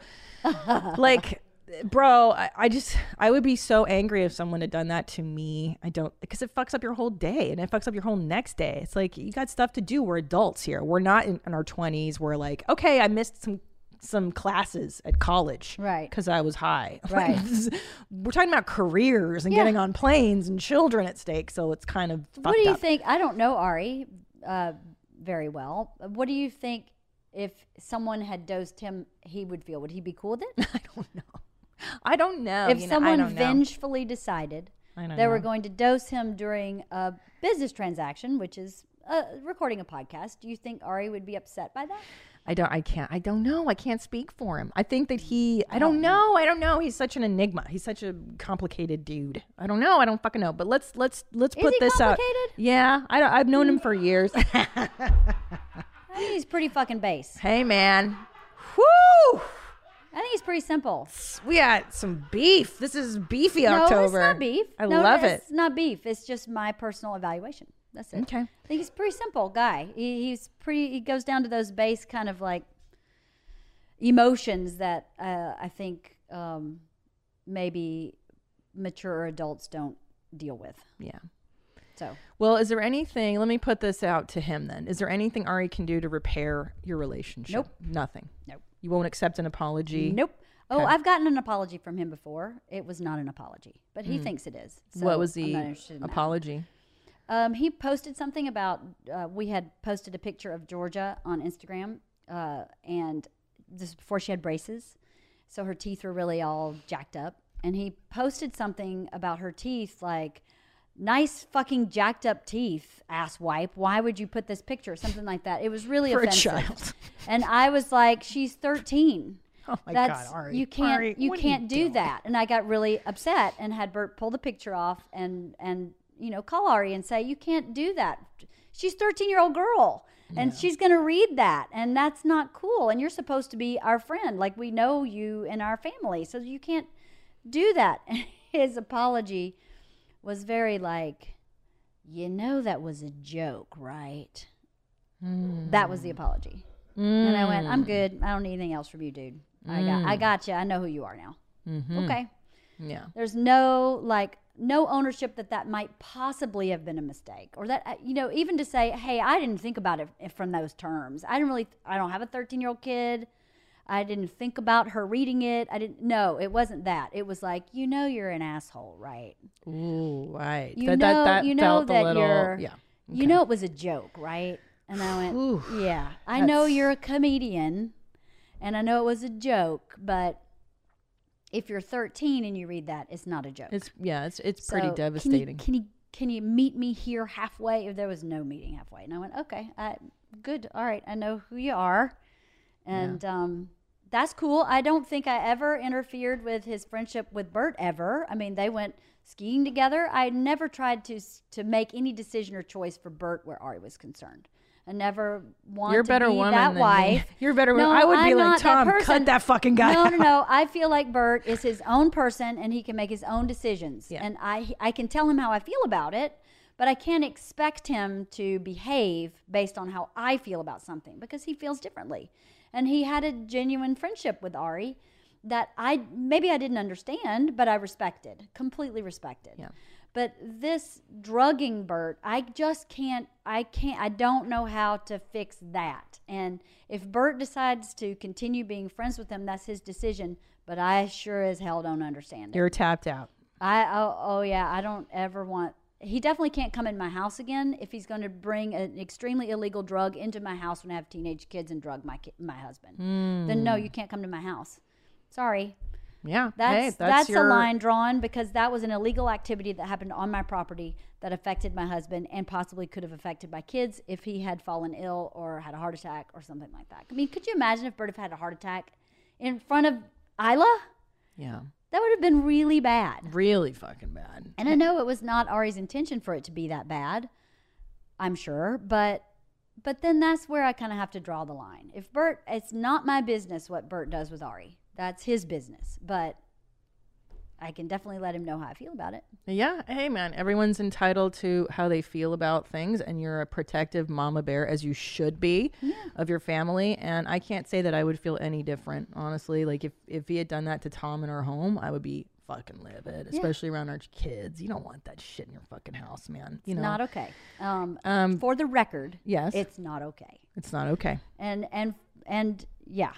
Speaker 1: like, bro, I, I just I would be so angry if someone had done that to me. I don't because it fucks up your whole day and it fucks up your whole next day. It's like you got stuff to do. We're adults here. We're not in, in our 20s. We're like, okay, I missed some. some classes at college,
Speaker 2: Right.
Speaker 1: Because I was high. Like, [LAUGHS]
Speaker 2: Right.
Speaker 1: this is- We're talking about careers and
Speaker 2: Yeah.
Speaker 1: getting on planes and children at stake, so it's kind of
Speaker 2: What
Speaker 1: fucked
Speaker 2: do you
Speaker 1: up.
Speaker 2: think? I don't know Ari uh, very well. What do you think if someone had dosed him, he would feel? Would he be cool with it?
Speaker 1: [LAUGHS] I don't know. I don't know.
Speaker 2: if
Speaker 1: you know, I
Speaker 2: someone
Speaker 1: don't know.
Speaker 2: vengefully decided
Speaker 1: I don't
Speaker 2: they were
Speaker 1: know.
Speaker 2: going to dose him during a business transaction, which is uh, recording a podcast, do you think Ari would be upset by that?
Speaker 1: I don't. I can't. I don't know. I can't speak for him. I think that he.
Speaker 2: Oh.
Speaker 1: I don't know. I don't know. He's such an enigma. He's such a complicated dude. I don't know. I don't fucking know. But let's let's let's
Speaker 2: Is
Speaker 1: put
Speaker 2: he
Speaker 1: this out.
Speaker 2: complicated?
Speaker 1: Yeah. I, don't- I've known him for
Speaker 2: [LAUGHS]
Speaker 1: years.
Speaker 2: I think he's pretty fucking base.
Speaker 1: hey man. Whoo!
Speaker 2: I think he's pretty simple.
Speaker 1: We got some beef. This is beefy October.
Speaker 2: No, it's not beef.
Speaker 1: I
Speaker 2: No,
Speaker 1: love it.
Speaker 2: It's not beef. It's just my personal evaluation. That's it.
Speaker 1: Okay.
Speaker 2: I think he's a pretty simple guy. He, he's pretty. He goes down to those base kind of like emotions that uh, I think um, maybe mature adults don't deal with.
Speaker 1: Yeah.
Speaker 2: So
Speaker 1: Well, is there anything? Let me put this out to him then. Is there anything Ari can do to repair your relationship?
Speaker 2: Nope.
Speaker 1: Nothing.
Speaker 2: Nope.
Speaker 1: You won't accept an apology.
Speaker 2: nope. Oh,
Speaker 1: Okay.
Speaker 2: I've gotten an apology from him before. It was not an apology, but he thinks it is. So
Speaker 1: Hmm. what was
Speaker 2: I'm
Speaker 1: the
Speaker 2: not interested in that.
Speaker 1: apology?
Speaker 2: Um, he posted something about uh, we had posted a picture of Georgia on Instagram, uh, and this is before she had braces, so her teeth were really all jacked up. And he posted something about her teeth, like "nice fucking jacked up teeth, ass wipe. Why would you put this picture?" Something like that. It was really
Speaker 1: For a
Speaker 2: offensive.
Speaker 1: child.
Speaker 2: And I was like, "She's thirteen.
Speaker 1: Oh my
Speaker 2: That's
Speaker 1: God, Ari.
Speaker 2: you can't
Speaker 1: Ari,
Speaker 2: you
Speaker 1: what are
Speaker 2: can't do
Speaker 1: doing?
Speaker 2: that." And I got really upset and had Bert pull the picture off and and you know call Ari and say, "You can't do that. She's thirteen year old girl." And she's gonna read that, and that's not cool. And you're supposed to be our friend, like we know you and our family, so you can't do that. [LAUGHS] And his apology was very like, you know, that was a joke, right?
Speaker 1: Hmm.
Speaker 2: That was the apology. And I went, I'm good. I don't need anything else from you, dude. I got, I got you. I know who you are now. Okay.
Speaker 1: Yeah.
Speaker 2: There's no like no ownership that that might possibly have been a mistake or that uh, you know even to say, hey, I didn't think about it f- from those terms. I didn't really. I don't have a 13 year old kid. I didn't think about her reading it. I didn't. No, it wasn't that. It was like, you know, you're an asshole, right?
Speaker 1: Ooh, right.
Speaker 2: You
Speaker 1: that,
Speaker 2: know-
Speaker 1: that, that
Speaker 2: you know
Speaker 1: felt a
Speaker 2: that
Speaker 1: little.
Speaker 2: you're-
Speaker 1: yeah.
Speaker 2: You know, it was a joke, right? And I went,
Speaker 1: Ooh,
Speaker 2: yeah, I know
Speaker 1: that's-
Speaker 2: you're a comedian, and I know it was a joke, but if you're 13 and you read that, it's not a joke.
Speaker 1: It's yeah. It's it's pretty
Speaker 2: So, can you-
Speaker 1: devastating.
Speaker 2: Can you, can you meet me here halfway? There was no meeting halfway, and I went, okay, I, good, all right, I know who you are, and um, that's cool. I don't think I ever interfered with his friendship with Bert ever. I mean, they went skiing together. I never tried to s- to make any decision or choice for Bert where Ari was concerned. I never wanted
Speaker 1: you're a
Speaker 2: to
Speaker 1: better
Speaker 2: be
Speaker 1: woman
Speaker 2: that
Speaker 1: than me.
Speaker 2: wife.
Speaker 1: [LAUGHS] You're a better woman.
Speaker 2: No,
Speaker 1: I would
Speaker 2: I'm
Speaker 1: be like
Speaker 2: not that
Speaker 1: Tom.
Speaker 2: person."
Speaker 1: cut that fucking guy.
Speaker 2: No,
Speaker 1: out.
Speaker 2: no, no. I feel like Bert is his own person and he can make his own decisions.
Speaker 1: Yeah.
Speaker 2: And I I can tell him how I feel about it, but I can't expect him to behave based on how I feel about something because he feels differently. And he had a genuine friendship with Ari that I maybe I didn't understand, but I respected. Completely respected.
Speaker 1: Yeah.
Speaker 2: But this drugging Bert, I just can't, I can't, I don't know how to fix that. And if Bert decides to continue being friends with him, that's his decision. But I sure as hell don't understand it.
Speaker 1: You're tapped out.
Speaker 2: I, oh, oh yeah, I don't ever want, he definitely can't come in my house again if he's going to bring an extremely illegal drug into my house when I have teenage kids and drug my, ki- my husband. Then no, you can't come to my house. Sorry.
Speaker 1: Yeah.
Speaker 2: That's
Speaker 1: hey, that's,
Speaker 2: that's,
Speaker 1: your,
Speaker 2: a line drawn because that was an illegal activity that happened on my property that affected my husband and possibly could have affected my kids if he had fallen ill or had a heart attack or something like that. I mean, could you imagine if Bert had had a heart attack in front of Isla?
Speaker 1: Yeah.
Speaker 2: That would have been really bad.
Speaker 1: Really fucking bad.
Speaker 2: And I know it was not Ari's intention for it to be that bad. I'm sure, but but then that's where I kind of have to draw the line. If Bert, it's not my business what Bert does with Ari. That's his business, but I can definitely let him know how I feel about it.
Speaker 1: Yeah. Hey, man. Everyone's entitled to how they feel about things, and you're a protective mama bear, as you should be, of your family. And I can't say that I would feel any different, honestly. Like if if he had done that to Tom in our home, I would be fucking livid, especially around our kids. You don't want that shit in your fucking house, man. You know,
Speaker 2: Not okay. Um,
Speaker 1: Um,
Speaker 2: for the record,
Speaker 1: yes.
Speaker 2: it's not okay.
Speaker 1: it's not okay.
Speaker 2: And and and yeah,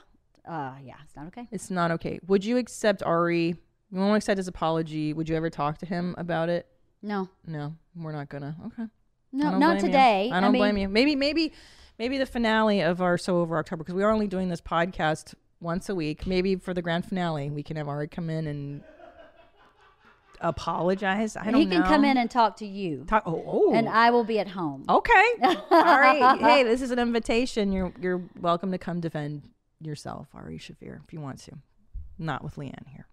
Speaker 2: uh, yeah, it's not okay.
Speaker 1: It's not okay. Would you accept Ari? You won't accept his apology. Would you ever talk to him about it?
Speaker 2: No,
Speaker 1: No, we're not gonna. Okay. I
Speaker 2: no,
Speaker 1: don't blame
Speaker 2: not
Speaker 1: you.
Speaker 2: today.
Speaker 1: I don't
Speaker 2: mean,
Speaker 1: blame you. Maybe, maybe, maybe the finale of our So Over October because we are only doing this podcast once a week. Maybe for the grand finale, we can have Ari come in and apologize. I don't.
Speaker 2: He can come
Speaker 1: know.
Speaker 2: in and talk to you,
Speaker 1: Talk, oh, oh.
Speaker 2: and I will be at home.
Speaker 1: okay.
Speaker 2: [LAUGHS]
Speaker 1: All right. Hey, this is an invitation. You're you're welcome to come defend yourself, Ari Shafir, if you want to. Not with Leanne here.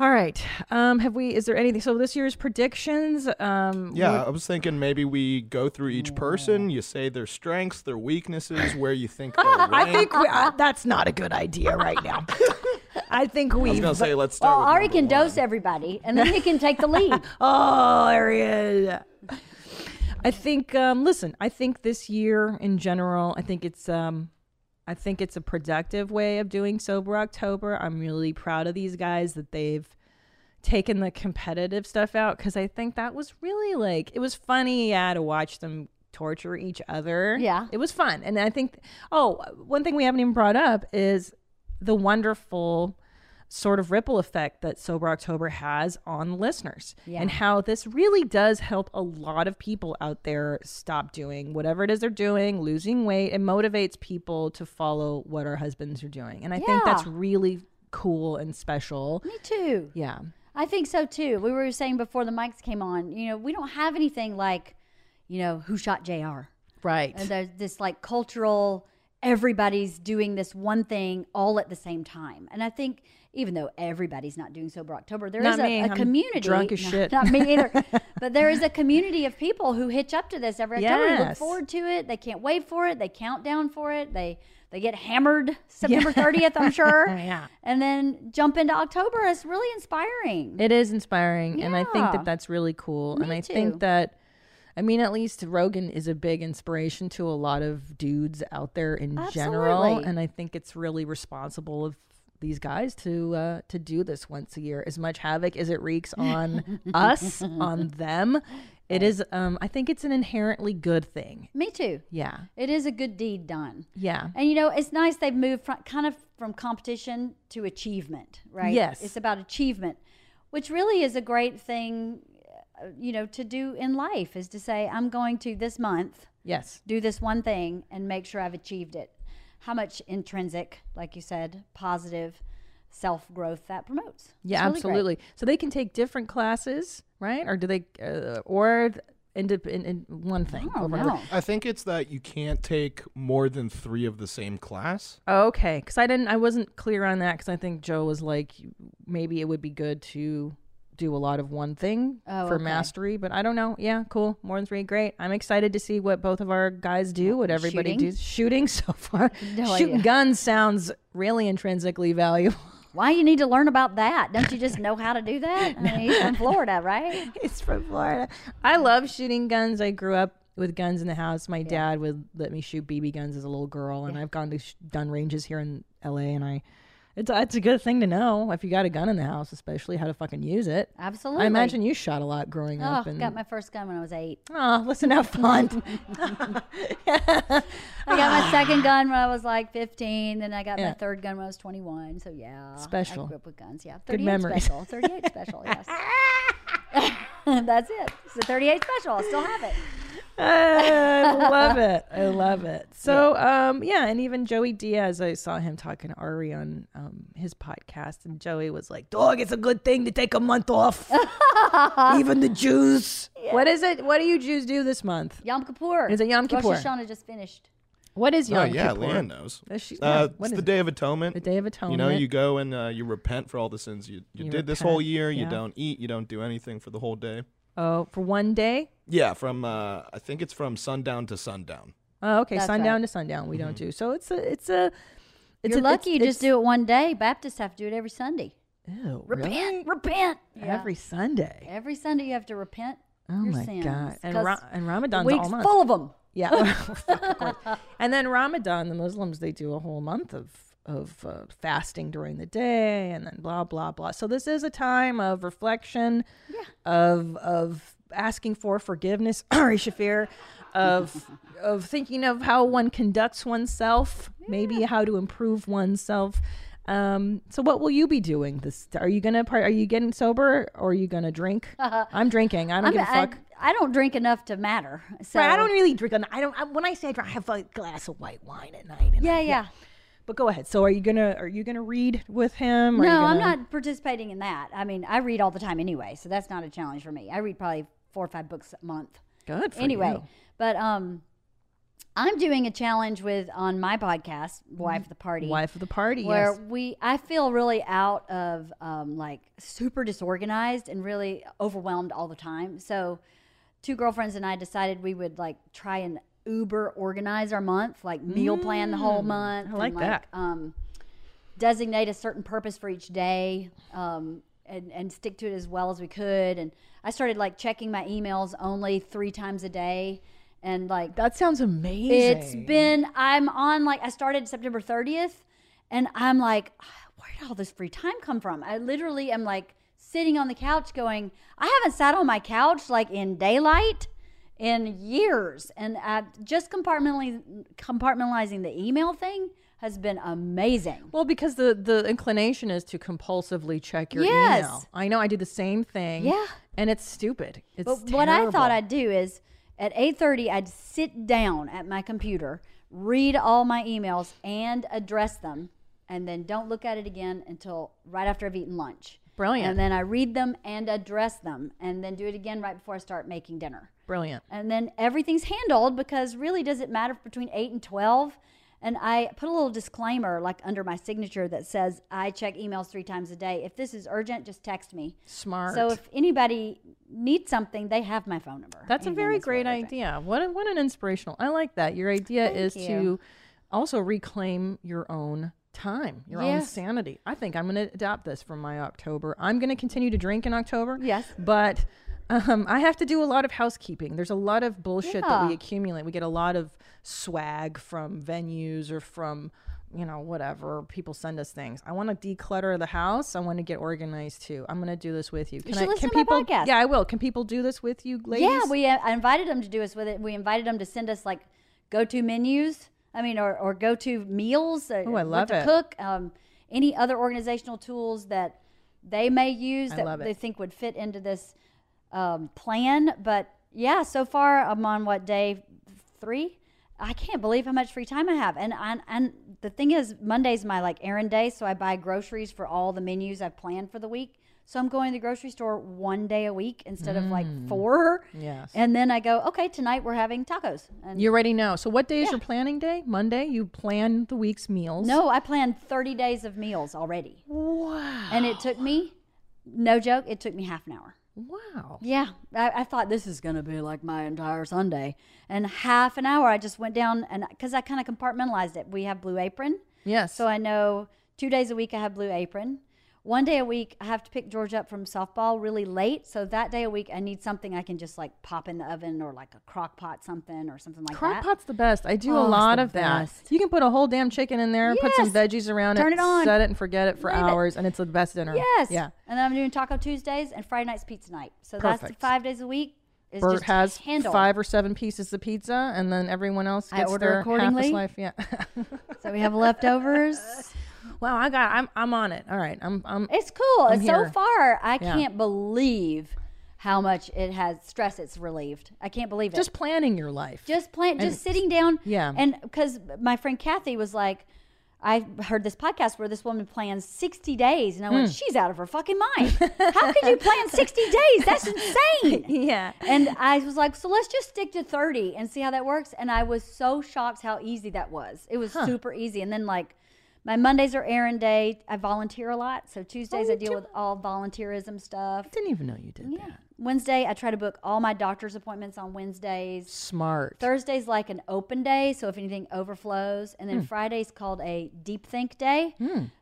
Speaker 1: All right. Um, have we? Is there anything? So this year's predictions. Um,
Speaker 3: Yeah, I was thinking maybe we go through each person. You say their strengths, their
Speaker 1: [LAUGHS]
Speaker 3: weaknesses, where you think they'll rank.
Speaker 1: I think we, uh, that's not a good idea right now. I think
Speaker 3: I was
Speaker 1: we've.
Speaker 3: gonna say let's
Speaker 2: Well,
Speaker 3: start. with
Speaker 2: Ari
Speaker 3: number
Speaker 2: can
Speaker 3: one.
Speaker 2: dose everybody, and then he can take the lead.
Speaker 1: oh, Ariel. I think. Um, listen, I think this year in general, I think it's. Um, I think it's a productive way of doing sober October. I'm really proud of these guys that they've taken the competitive stuff out because I think that was really like it was funny. Yeah, to watch them torture each other.
Speaker 2: Yeah.
Speaker 1: it was fun, and I think. Oh, one thing we haven't even brought up is the wonderful sort of ripple effect that Sober October has on listeners
Speaker 2: Yeah.
Speaker 1: and how this really does help a lot of people out there stop doing whatever it is they're doing, losing weight. It motivates people to follow what our husbands are doing. And I think that's
Speaker 2: Yeah.
Speaker 1: really cool and special.
Speaker 2: [LAUGHS] Me too.
Speaker 1: Yeah.
Speaker 2: I think so too. We were saying before the mics came on, you know, we don't have anything like, you know, who shot JR.
Speaker 1: Right.
Speaker 2: And there's this like cultural, everybody's doing this one thing all at the same time. And I think even though everybody's not doing Sober October, there is
Speaker 1: Not
Speaker 2: a,
Speaker 1: me.
Speaker 2: a
Speaker 1: I'm
Speaker 2: community.
Speaker 1: drunk
Speaker 2: [LAUGHS]
Speaker 1: as
Speaker 2: No,
Speaker 1: shit.
Speaker 2: Not me either.
Speaker 1: [LAUGHS]
Speaker 2: but there is a community of people who hitch up to this every October. They look
Speaker 1: Yes.
Speaker 2: forward to it. They can't wait for it. They count down for it. They they get hammered September 30th, I'm sure.
Speaker 1: [LAUGHS] Yeah.
Speaker 2: And then jump into October. It's really inspiring.
Speaker 1: It is inspiring, and I think
Speaker 2: Yeah.
Speaker 1: that that's really cool. and
Speaker 2: Me
Speaker 1: I
Speaker 2: too.
Speaker 1: think that, I mean, at least Rogan is a big inspiration to a lot of dudes out there in general,
Speaker 2: Absolutely.
Speaker 1: and I think it's really responsible of these guys to uh, to do this once a year. As much havoc as it wreaks
Speaker 2: [LAUGHS]
Speaker 1: on us, on them, it is. Um, I think it's an inherently good thing.
Speaker 2: Me too.
Speaker 1: Yeah,
Speaker 2: It is a good deed done.
Speaker 1: yeah,
Speaker 2: And you know, it's nice they've moved from kind of from competition to achievement, right?
Speaker 1: Yes.
Speaker 2: It's about achievement, which really is a great thing, uh, you know, to do in life is to say, I'm going to this month
Speaker 1: yes,
Speaker 2: do this one thing and make sure I've achieved it. How much intrinsic, like you said, positive self growth that promotes. It's
Speaker 1: yeah,
Speaker 2: really great.
Speaker 1: absolutely. So they can take different classes, right? Or do they, uh, or th- end up in, in one thing
Speaker 2: Oh,
Speaker 1: over and over.
Speaker 2: no.
Speaker 3: I think it's that you can't take more than three of the same class.
Speaker 1: Okay, because I didn't, I wasn't clear on that because I think Joe was like, maybe it would be good to do a lot of one thing
Speaker 2: Oh,
Speaker 1: for
Speaker 2: okay.
Speaker 1: mastery, but I don't know. Yeah, cool. More than three, great. I'm excited to see what both of our guys do, what everybody
Speaker 2: Shooting?
Speaker 1: does. Shooting [LAUGHS] so far,
Speaker 2: No
Speaker 1: shooting
Speaker 2: idea.
Speaker 1: guns sounds really intrinsically valuable.
Speaker 2: Why you need to learn about that? Don't you just know how to do that? I mean, he's
Speaker 1: [LAUGHS]
Speaker 2: from Florida, right?
Speaker 1: He's from Florida. I love shooting guns. I grew up with guns in the house. My dad would let me shoot BB guns as a little girl, and I've gone to sh- gun ranges here in LA. And I, it's it's a good thing to know if you got a gun in the house, especially how to fucking use it.
Speaker 2: Absolutely.
Speaker 1: I imagine you shot a lot growing
Speaker 2: Oh,
Speaker 1: up. And
Speaker 2: got my first gun when I was eight.
Speaker 1: oh, listen, how fun!
Speaker 2: [LAUGHS] I got
Speaker 1: [SIGHS]
Speaker 2: my second gun when I was like 15. Then I got my
Speaker 1: Yeah.
Speaker 2: third gun when I was 21. So yeah,
Speaker 1: Special.
Speaker 2: I grew up with guns. Yeah, 38
Speaker 1: memories.
Speaker 2: special.
Speaker 1: [LAUGHS]
Speaker 2: 38 special. Yes. [LAUGHS] That's it. It's a 38 special. I still have it.
Speaker 1: I
Speaker 2: [LAUGHS]
Speaker 1: love it. I love it. So, um, yeah, and even Joey Diaz, I saw him talking to Ari on um, his podcast, and Joey was like, "Dog, it's a good thing to take a month
Speaker 2: [LAUGHS]
Speaker 1: off. even the Jews. What is it? What do you Jews do this month?
Speaker 2: Yom Kippur.
Speaker 1: Is it Yom Kippur?
Speaker 2: Rosh Hashanah just finished.
Speaker 1: What is Yom
Speaker 3: oh yeah,
Speaker 1: Kippur?
Speaker 3: Leanne knows.
Speaker 1: Uh, she- yeah,
Speaker 3: uh,
Speaker 1: what
Speaker 3: it's
Speaker 1: is
Speaker 3: the
Speaker 1: it?
Speaker 3: Day of Atonement.
Speaker 1: The Day of
Speaker 3: You know,
Speaker 1: Atonement.
Speaker 3: you go and uh, you repent for all the sins you, you,
Speaker 1: You
Speaker 3: did this whole
Speaker 1: repent,
Speaker 3: year.
Speaker 1: yeah.
Speaker 3: You don't eat. You don't do anything for the whole day.
Speaker 1: oh, for one day.
Speaker 3: Yeah, from uh, I think it's from sundown to sundown.
Speaker 1: Oh, okay,
Speaker 2: That's
Speaker 1: sundown
Speaker 2: right.
Speaker 1: to sundown. We
Speaker 3: Mm-hmm.
Speaker 1: don't do. So it's a, it's a, it's
Speaker 2: You're
Speaker 1: a,
Speaker 2: lucky you
Speaker 1: it's,
Speaker 2: just do it one day. Baptists have to do it every Sunday.
Speaker 1: it's- Ew,
Speaker 2: Repent.
Speaker 1: really?
Speaker 2: Repent. Yeah.
Speaker 1: every Sunday.
Speaker 2: Every Sunday you have to repent
Speaker 1: Oh
Speaker 2: your
Speaker 1: my
Speaker 2: sins.
Speaker 1: god! And,
Speaker 2: 'cause
Speaker 1: Ra- and
Speaker 2: the
Speaker 1: Ramadan's
Speaker 2: week's
Speaker 1: all month.
Speaker 2: full of them.
Speaker 1: Yeah.
Speaker 2: [LAUGHS]
Speaker 1: [LAUGHS] Well, of course. and then Ramadan, the Muslims, they do a whole month of of uh, fasting during the day, and then blah blah blah. So this is a time of reflection, of of asking for forgiveness. [CLEARS THROAT] Ari Shafir,
Speaker 2: [LAUGHS]
Speaker 1: of of thinking of how one conducts oneself, maybe how to improve oneself. Um, so what will you be doing this? Are you gonna part? Are you getting sober or are you gonna
Speaker 2: [LAUGHS]
Speaker 1: drink? I'm drinking. I don't
Speaker 2: I'm,
Speaker 1: give a
Speaker 2: I,
Speaker 1: fuck.
Speaker 2: I don't drink enough to matter. So
Speaker 1: Right, I don't really drink. on- I don't. I, when I say I drink, I have a glass of white wine at night. and I-
Speaker 2: Yeah, yeah.
Speaker 1: But go ahead. So are you gonna are you gonna read with him? Are you
Speaker 2: No, I'm
Speaker 1: gonna-
Speaker 2: not participating in that. I mean, I read all the time anyway, so that's not a challenge for me. I read probably four or five books a month.
Speaker 1: Good. For
Speaker 2: anyway,
Speaker 1: you.
Speaker 2: but um, I'm doing a challenge with on my podcast, Wife of the Party.
Speaker 1: wife of the party.
Speaker 2: where
Speaker 1: yes.
Speaker 2: we I feel really out of um, like super disorganized and really overwhelmed all the time. So two girlfriends and I decided we would like try and Uber organize our month, like meal plan the whole month.
Speaker 1: Mm, I like
Speaker 2: and,
Speaker 1: that.
Speaker 2: Um, designate a certain purpose for each day. Um, and, and stick to it as well as we could. And I started like checking my emails only three times a day. And like
Speaker 1: That sounds amazing.
Speaker 2: it's been I'm on like I started September 30th and I'm like where did all this free time come from? I literally am like sitting on the couch going I haven't sat on my couch like in daylight in years and uh, just compartmentalizing compartmentalizing the email thing has been amazing.
Speaker 1: well because the the inclination is to compulsively check your
Speaker 2: Yes.
Speaker 1: email. I know. I do the same thing.
Speaker 2: Yeah.
Speaker 1: And it's stupid. It's
Speaker 2: But what I thought
Speaker 1: terrible.
Speaker 2: I'd do is at 8:30 I'd sit down at my computer, read all my emails and address them and then don't look at it again until right after I've eaten lunch.
Speaker 1: Brilliant.
Speaker 2: And then I read them and address them and then do it again right before I start making dinner.
Speaker 1: brilliant.
Speaker 2: And then everything's handled because really does it matter between 8 and 12? And I put a little disclaimer like under my signature that says I check emails 3 times a day. If this is urgent, just text me.
Speaker 1: Smart.
Speaker 2: So if anybody needs something, they have my phone number.
Speaker 1: That's a
Speaker 2: And then
Speaker 1: very
Speaker 2: it's
Speaker 1: great
Speaker 2: really great.
Speaker 1: idea. What a, what an inspirational. I like that. Your idea is
Speaker 2: you.
Speaker 1: to also reclaim your own time, your own
Speaker 2: Yes.
Speaker 1: sanity. I think I'm going to adopt this for my October. I'm going to continue to drink in October.
Speaker 2: Yes.
Speaker 1: But um, I have to do a lot of housekeeping. There's a lot of bullshit that we
Speaker 2: Yeah.
Speaker 1: accumulate. We get a lot of swag from venues or from you know whatever people send us things. I want to declutter the house. I want to get organized too. I'm going to do this with you. Can
Speaker 2: should
Speaker 1: I
Speaker 2: listen
Speaker 1: can
Speaker 2: to my
Speaker 1: people
Speaker 2: podcast.
Speaker 1: Yeah, I will. Can people do this with you ladies?
Speaker 2: Yeah, we uh, I invited them to do us with it. We invited them to send us like go-to menus. I mean, or, or go-to meals. Oh,
Speaker 1: I love
Speaker 2: to
Speaker 1: it.
Speaker 2: Cook um, any other organizational tools that they may use that
Speaker 1: love it.
Speaker 2: they think would fit into this um, plan. But yeah, so far I'm on what day three. I can't believe how much free time I have. And and, and the thing is, Monday's my like errand day, so I buy groceries for all the menus I've planned for the week. So I'm going to the grocery store one day a week instead of like four.
Speaker 1: Mm. Yes.
Speaker 2: And then I go, okay, tonight we're having tacos. And
Speaker 1: You already know. So what day is your planning day? Monday. You plan the week's meals.
Speaker 2: no, I planned 30 days of meals already.
Speaker 1: Wow.
Speaker 2: And it took me, no joke, it took me half an hour.
Speaker 1: Wow.
Speaker 2: Yeah, I, I thought this is going to be like my entire Sunday. And half an hour, I just went down and because I kind of compartmentalized it. We have Blue Apron.
Speaker 1: Yes.
Speaker 2: So I know two days a week I have Blue Apron. One day a week I have to pick George up from softball really late. So that day a week I need something I can just like pop in the oven or like a crock pot something or something like
Speaker 1: Crock
Speaker 2: that.
Speaker 1: pot's the best. I do
Speaker 2: Oh,
Speaker 1: a
Speaker 2: it's
Speaker 1: lot
Speaker 2: the
Speaker 1: of that.
Speaker 2: best.
Speaker 1: You can put a whole damn chicken in there, put some
Speaker 2: Yes.
Speaker 1: veggies around
Speaker 2: Turn
Speaker 1: it,
Speaker 2: it on.
Speaker 1: set it and forget it for
Speaker 2: Leave it.
Speaker 1: hours, and it's the best dinner.
Speaker 2: Yes.
Speaker 1: Yeah.
Speaker 2: And then I'm doing Taco Tuesdays and Friday night's pizza night. So that's the
Speaker 1: Perfect.
Speaker 2: five days a week. Is
Speaker 1: Bert
Speaker 2: just
Speaker 1: has
Speaker 2: handled.
Speaker 1: five or seven pieces of pizza, and then everyone else
Speaker 2: I
Speaker 1: gets
Speaker 2: order
Speaker 1: their
Speaker 2: accordingly.
Speaker 1: half a slice. Yeah. [LAUGHS]
Speaker 2: So we have leftovers.
Speaker 1: wow. I got. I'm. I'm on it. All right. I'm. I'm.
Speaker 2: [LAUGHS] it's cool.
Speaker 1: I'm
Speaker 2: so
Speaker 1: here.
Speaker 2: far, I
Speaker 1: Yeah.
Speaker 2: can't believe how much it has stress. It's relieved. I can't believe it.
Speaker 1: Just planning your life.
Speaker 2: just plant just sitting down
Speaker 1: Yeah.
Speaker 2: and because my friend kathy was like i heard this podcast where this woman plans 60 days and i
Speaker 1: Hmm.
Speaker 2: went she's out of her fucking mind how could
Speaker 1: [LAUGHS]
Speaker 2: you plan 60 days that's insane
Speaker 1: Yeah.
Speaker 2: and i was like so let's just stick to 30 and see how that works and i was so shocked how easy that was it was super easy and then like my mondays are errand day i volunteer a lot so tuesdays i
Speaker 1: you
Speaker 2: deal
Speaker 1: do-
Speaker 2: with all volunteerism stuff
Speaker 1: didn't even know you did
Speaker 2: yeah
Speaker 1: that.
Speaker 2: wednesday i try to book all my doctor's appointments on wednesdays
Speaker 1: Smart.
Speaker 2: Thursday's like an open day, so if anything overflows, and then Friday's called a deep think day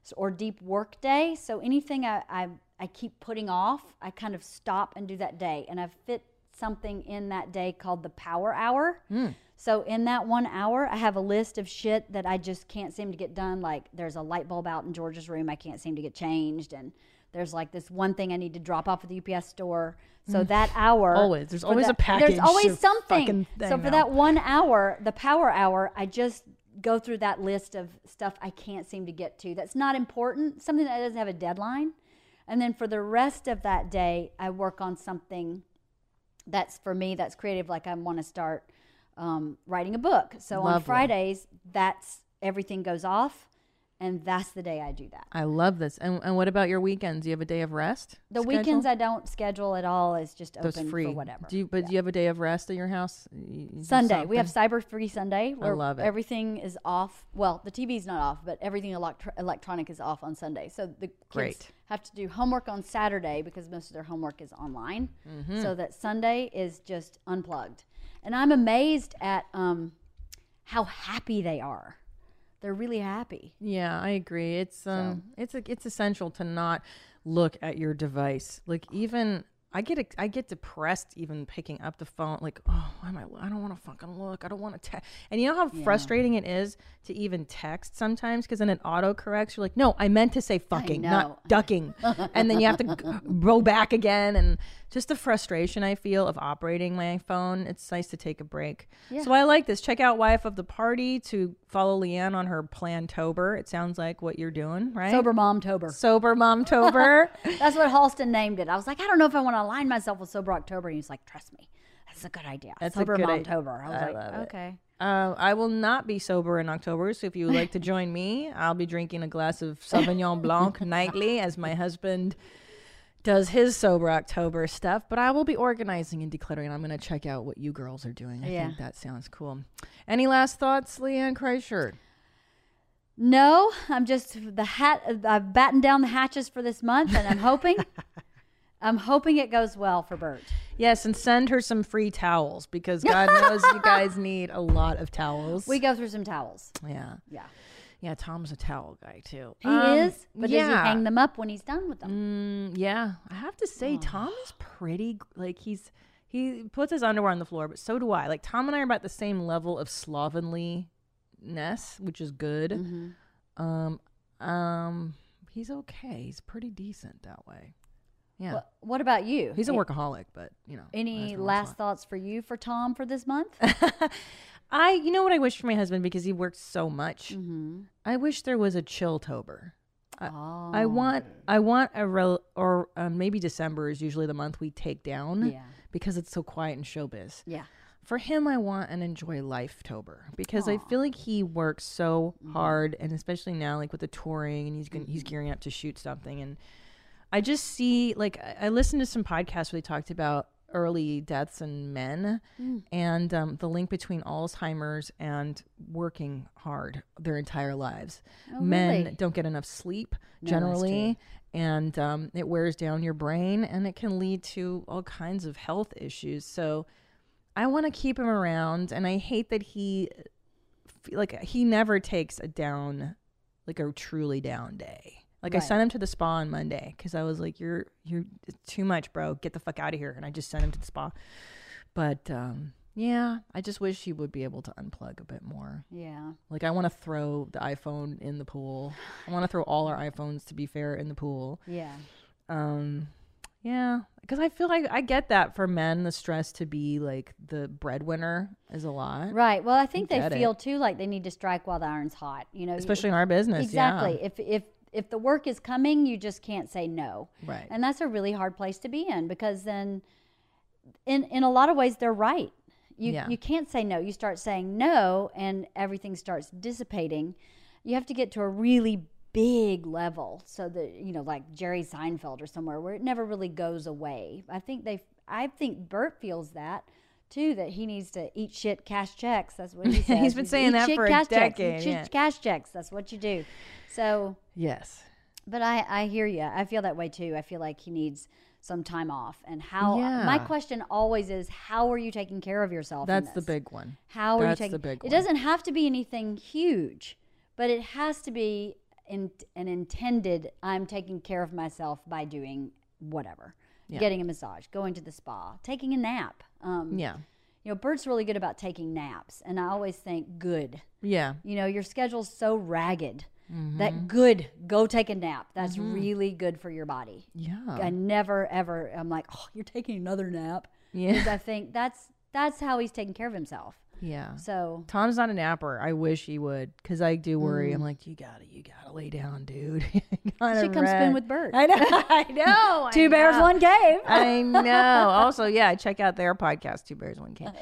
Speaker 2: s- or deep work day. So anything I, I I keep putting off, I kind of stop and do that day, and I fit something in that day called the power hour. So in that one hour, I have a list of shit that I just can't seem to get done. Like there's a light bulb out in George's room, I can't seem to get changed, and There's like this one thing I need to drop off at the UPS store. So that hour,
Speaker 1: Always. There's
Speaker 2: for
Speaker 1: always
Speaker 2: that-
Speaker 1: a package
Speaker 2: There's always
Speaker 1: of
Speaker 2: something.
Speaker 1: fucking
Speaker 2: So
Speaker 1: thing
Speaker 2: for
Speaker 1: now.
Speaker 2: that one hour, the power hour, I just go through that list of stuff I can't seem to get to. That's not important. Something that doesn't have a deadline. And then for the rest of that day, I work on something that's for me that's creative like i want to start um, writing a book so on
Speaker 1: Lovely.
Speaker 2: fridays that's everything goes off and that's the day i do that
Speaker 1: I love this. And and what about your weekends? Do you have a day of rest?
Speaker 2: the
Speaker 1: scheduled?
Speaker 2: weekends i don't schedule at all it's just
Speaker 1: Those
Speaker 2: open
Speaker 1: free.
Speaker 2: for whatever
Speaker 1: Do you, but do you have a day of rest at your house? You- you do
Speaker 2: sunday we have
Speaker 1: something?
Speaker 2: cyber free sunday where
Speaker 1: love it.
Speaker 2: everything is off well the tv's not off but everything electro- electronic is off on sunday so the kids
Speaker 1: Great.
Speaker 2: have to do homework on saturday because most of their homework is online
Speaker 1: Mm-hmm.
Speaker 2: so that sunday is just unplugged and i'm amazed at um, how happy they are. They're really happy.
Speaker 1: Yeah, I agree. It's um, it's a, it's essential to not look at your device. Like even I get ex- I get depressed even picking up the phone. Like oh, why am I? I don't want to fucking look. I don't want to text. And you know how frustrating it is to even text sometimes because then it auto corrects. You're like, no, I meant to say fucking,
Speaker 2: know.
Speaker 1: not ducking. and then you have to g- go back again, and just the frustration I feel of operating my phone. It's nice to take a break. So I like this. Check out Wife of the Party to follow Leanne on her plan Tober. It sounds like what you're doing, right?
Speaker 2: Sober mom tober.
Speaker 1: Sober Mom Tober.
Speaker 2: That's what Halston named it. I was like, I don't know if I want to align myself with sober October. And he's like, trust me, that's a good idea.
Speaker 1: That's a
Speaker 2: sober
Speaker 1: good
Speaker 2: mom
Speaker 1: i-
Speaker 2: tober. I was
Speaker 1: I
Speaker 2: like,
Speaker 1: love it.
Speaker 2: okay.
Speaker 1: Uh, I will not be sober in October, so if you would like to join me, I'll be drinking a glass of
Speaker 2: [LAUGHS]
Speaker 1: Sauvignon Blanc nightly as my husband does his sober October stuff. But I will be organizing and decluttering. I'm going to check out what you girls are doing. I
Speaker 2: Yeah.
Speaker 1: think that sounds cool. Any last thoughts, Leanne Kreischer?
Speaker 2: No, I'm just the hat. I've battened down the hatches for this month, and
Speaker 1: [LAUGHS]
Speaker 2: I'm hoping, I'm hoping it goes well for Bert.
Speaker 1: Yes, and send her some free towels because
Speaker 2: [LAUGHS]
Speaker 1: God knows you guys need a lot of towels.
Speaker 2: We go through some towels.
Speaker 1: yeah.
Speaker 2: Yeah,
Speaker 1: Yeah, Tom's a towel guy too.
Speaker 2: he is. But does he hang them up when he's done with them?
Speaker 1: Um, Mm, yeah, I have to say, Tom is pretty. g- Like he's he puts his underwear on the floor, but so do I. Like Tom and I are about the same level of slovenliness, which is good.
Speaker 2: Mm-hmm.
Speaker 1: Um, um, he's okay. He's pretty decent that way. Yeah,
Speaker 2: What, what about you?
Speaker 1: he's a
Speaker 2: A-
Speaker 1: workaholic, but you know.
Speaker 2: Any
Speaker 1: that's my
Speaker 2: last
Speaker 1: thought.
Speaker 2: thoughts for you for Tom for
Speaker 1: [LAUGHS]
Speaker 2: this month?
Speaker 1: I, you know what I wish for my husband because he works so
Speaker 2: Mm.
Speaker 1: much.
Speaker 2: Mm-hmm.
Speaker 1: I wish there was a chill tober. I,
Speaker 2: Oh,
Speaker 1: I
Speaker 2: Um,
Speaker 1: want, I want a rel or uh, maybe December is usually the month we take down
Speaker 2: Yeah.
Speaker 1: because it's so quiet in showbiz.
Speaker 2: yeah.
Speaker 1: For him, I want an enjoy life tober because I feel like he works so
Speaker 2: Mm-hmm.
Speaker 1: hard, and especially now, like with the touring, and he's gonna, he's gearing up to shoot something, and I just see like I- I listened to some podcasts where they talked about early deaths in men
Speaker 2: Mm.
Speaker 1: and um, the link between Alzheimer's and working hard their entire lives. men
Speaker 2: Oh, really?
Speaker 1: don't get enough sleep generally, and um, it wears down your brain and it can lead to all kinds of health issues. So I want to keep him around, and I hate that he feel like he never takes a down like a truly down day like
Speaker 2: Right.
Speaker 1: i sent him to the spa on monday because i was like you're you're it's too much bro get the fuck out of here and i just sent him to the spa but um yeah i just wish he would be able to unplug a bit more
Speaker 2: Yeah.
Speaker 1: like i want to throw the iphone in the pool i want to throw all our iphones to be fair in the pool
Speaker 2: Yeah.
Speaker 1: um yeah because i feel like i get that for men the stress to be like the breadwinner is a lot
Speaker 2: Right. Well, I think they
Speaker 1: get it.
Speaker 2: feel too like they need to strike while the iron's hot. You know,
Speaker 1: especially in our business
Speaker 2: exactly. If if if the work is coming, you just can't say no.
Speaker 1: Right.
Speaker 2: And that's a really hard place to be in because then, in in a lot of ways, they're right. You
Speaker 1: Yeah.
Speaker 2: you can't say no. You start saying no, and everything starts dissipating. You have to get to a really big level so that you know, like Jerry Seinfeld or somewhere where it never really goes away. I think they. I think Bert feels that. Too that he needs to eat shit, cash checks. That's what he says.
Speaker 1: [LAUGHS] He's been
Speaker 2: to
Speaker 1: saying
Speaker 2: eat
Speaker 1: that
Speaker 2: shit,
Speaker 1: for a
Speaker 2: cash
Speaker 1: decade,
Speaker 2: Checks. Eat shit,
Speaker 1: yeah.
Speaker 2: cash checks. That's what you do. So,
Speaker 1: yeah yes
Speaker 2: but I, I hear you. I feel that way too. I feel like he needs some time off. And how my
Speaker 1: Yeah.
Speaker 2: question always is, how are you taking care of yourself? in
Speaker 1: That's the
Speaker 2: this?
Speaker 1: big one.
Speaker 2: How are
Speaker 1: That's
Speaker 2: you
Speaker 1: the
Speaker 2: taking?
Speaker 1: big
Speaker 2: it
Speaker 1: one.
Speaker 2: doesn't have to be anything huge, but it has to be in, an intended. I'm taking care of myself by doing whatever, getting a massage, going to the spa, taking a nap. Um,
Speaker 1: Yeah.
Speaker 2: You know, Bert's really good about taking naps, and I always think good.
Speaker 1: Yeah.
Speaker 2: You know, your schedule's so ragged
Speaker 1: Mm-hmm.
Speaker 2: That good. Go take a nap. That's really good for your body.
Speaker 1: Yeah.
Speaker 2: I never ever. I'm like, oh, you're taking another nap.
Speaker 1: Yeah.
Speaker 2: 'Cause I think that's that's how he's taking care of himself.
Speaker 1: Yeah.
Speaker 2: So
Speaker 1: Tom's not a napper. I wish he would, because I do worry. I'm like, you gotta, you gotta lay down, dude. [LAUGHS] You gotta
Speaker 2: Mm. she comes spin
Speaker 1: rest."
Speaker 2: with Bert.
Speaker 1: I know. [LAUGHS]
Speaker 2: [LAUGHS]
Speaker 1: I know. I
Speaker 2: Two bears,
Speaker 1: know. [LAUGHS]
Speaker 2: one cave.
Speaker 1: I know. Also, yeah, check out their podcast, Two Bears One King. [LAUGHS]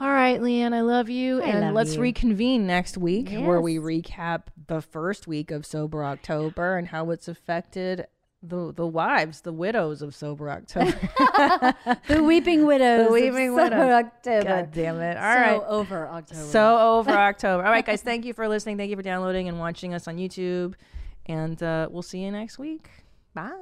Speaker 1: All right, Leanne, I love you, and
Speaker 2: love
Speaker 1: let's
Speaker 2: you.
Speaker 1: reconvene next week where we recap the first week of Sober October and how it's affected the the wives, the widows of Sober [LAUGHS] October.
Speaker 2: The weeping widows. [LAUGHS] of
Speaker 1: Weeping
Speaker 2: Summer
Speaker 1: Widows.
Speaker 2: October.
Speaker 1: God damn it! All
Speaker 2: so
Speaker 1: right.
Speaker 2: over October.
Speaker 1: So over October. All right, guys. Thank you for listening. Thank you for downloading and watching us on YouTube. And uh, we'll see you next week. Bye.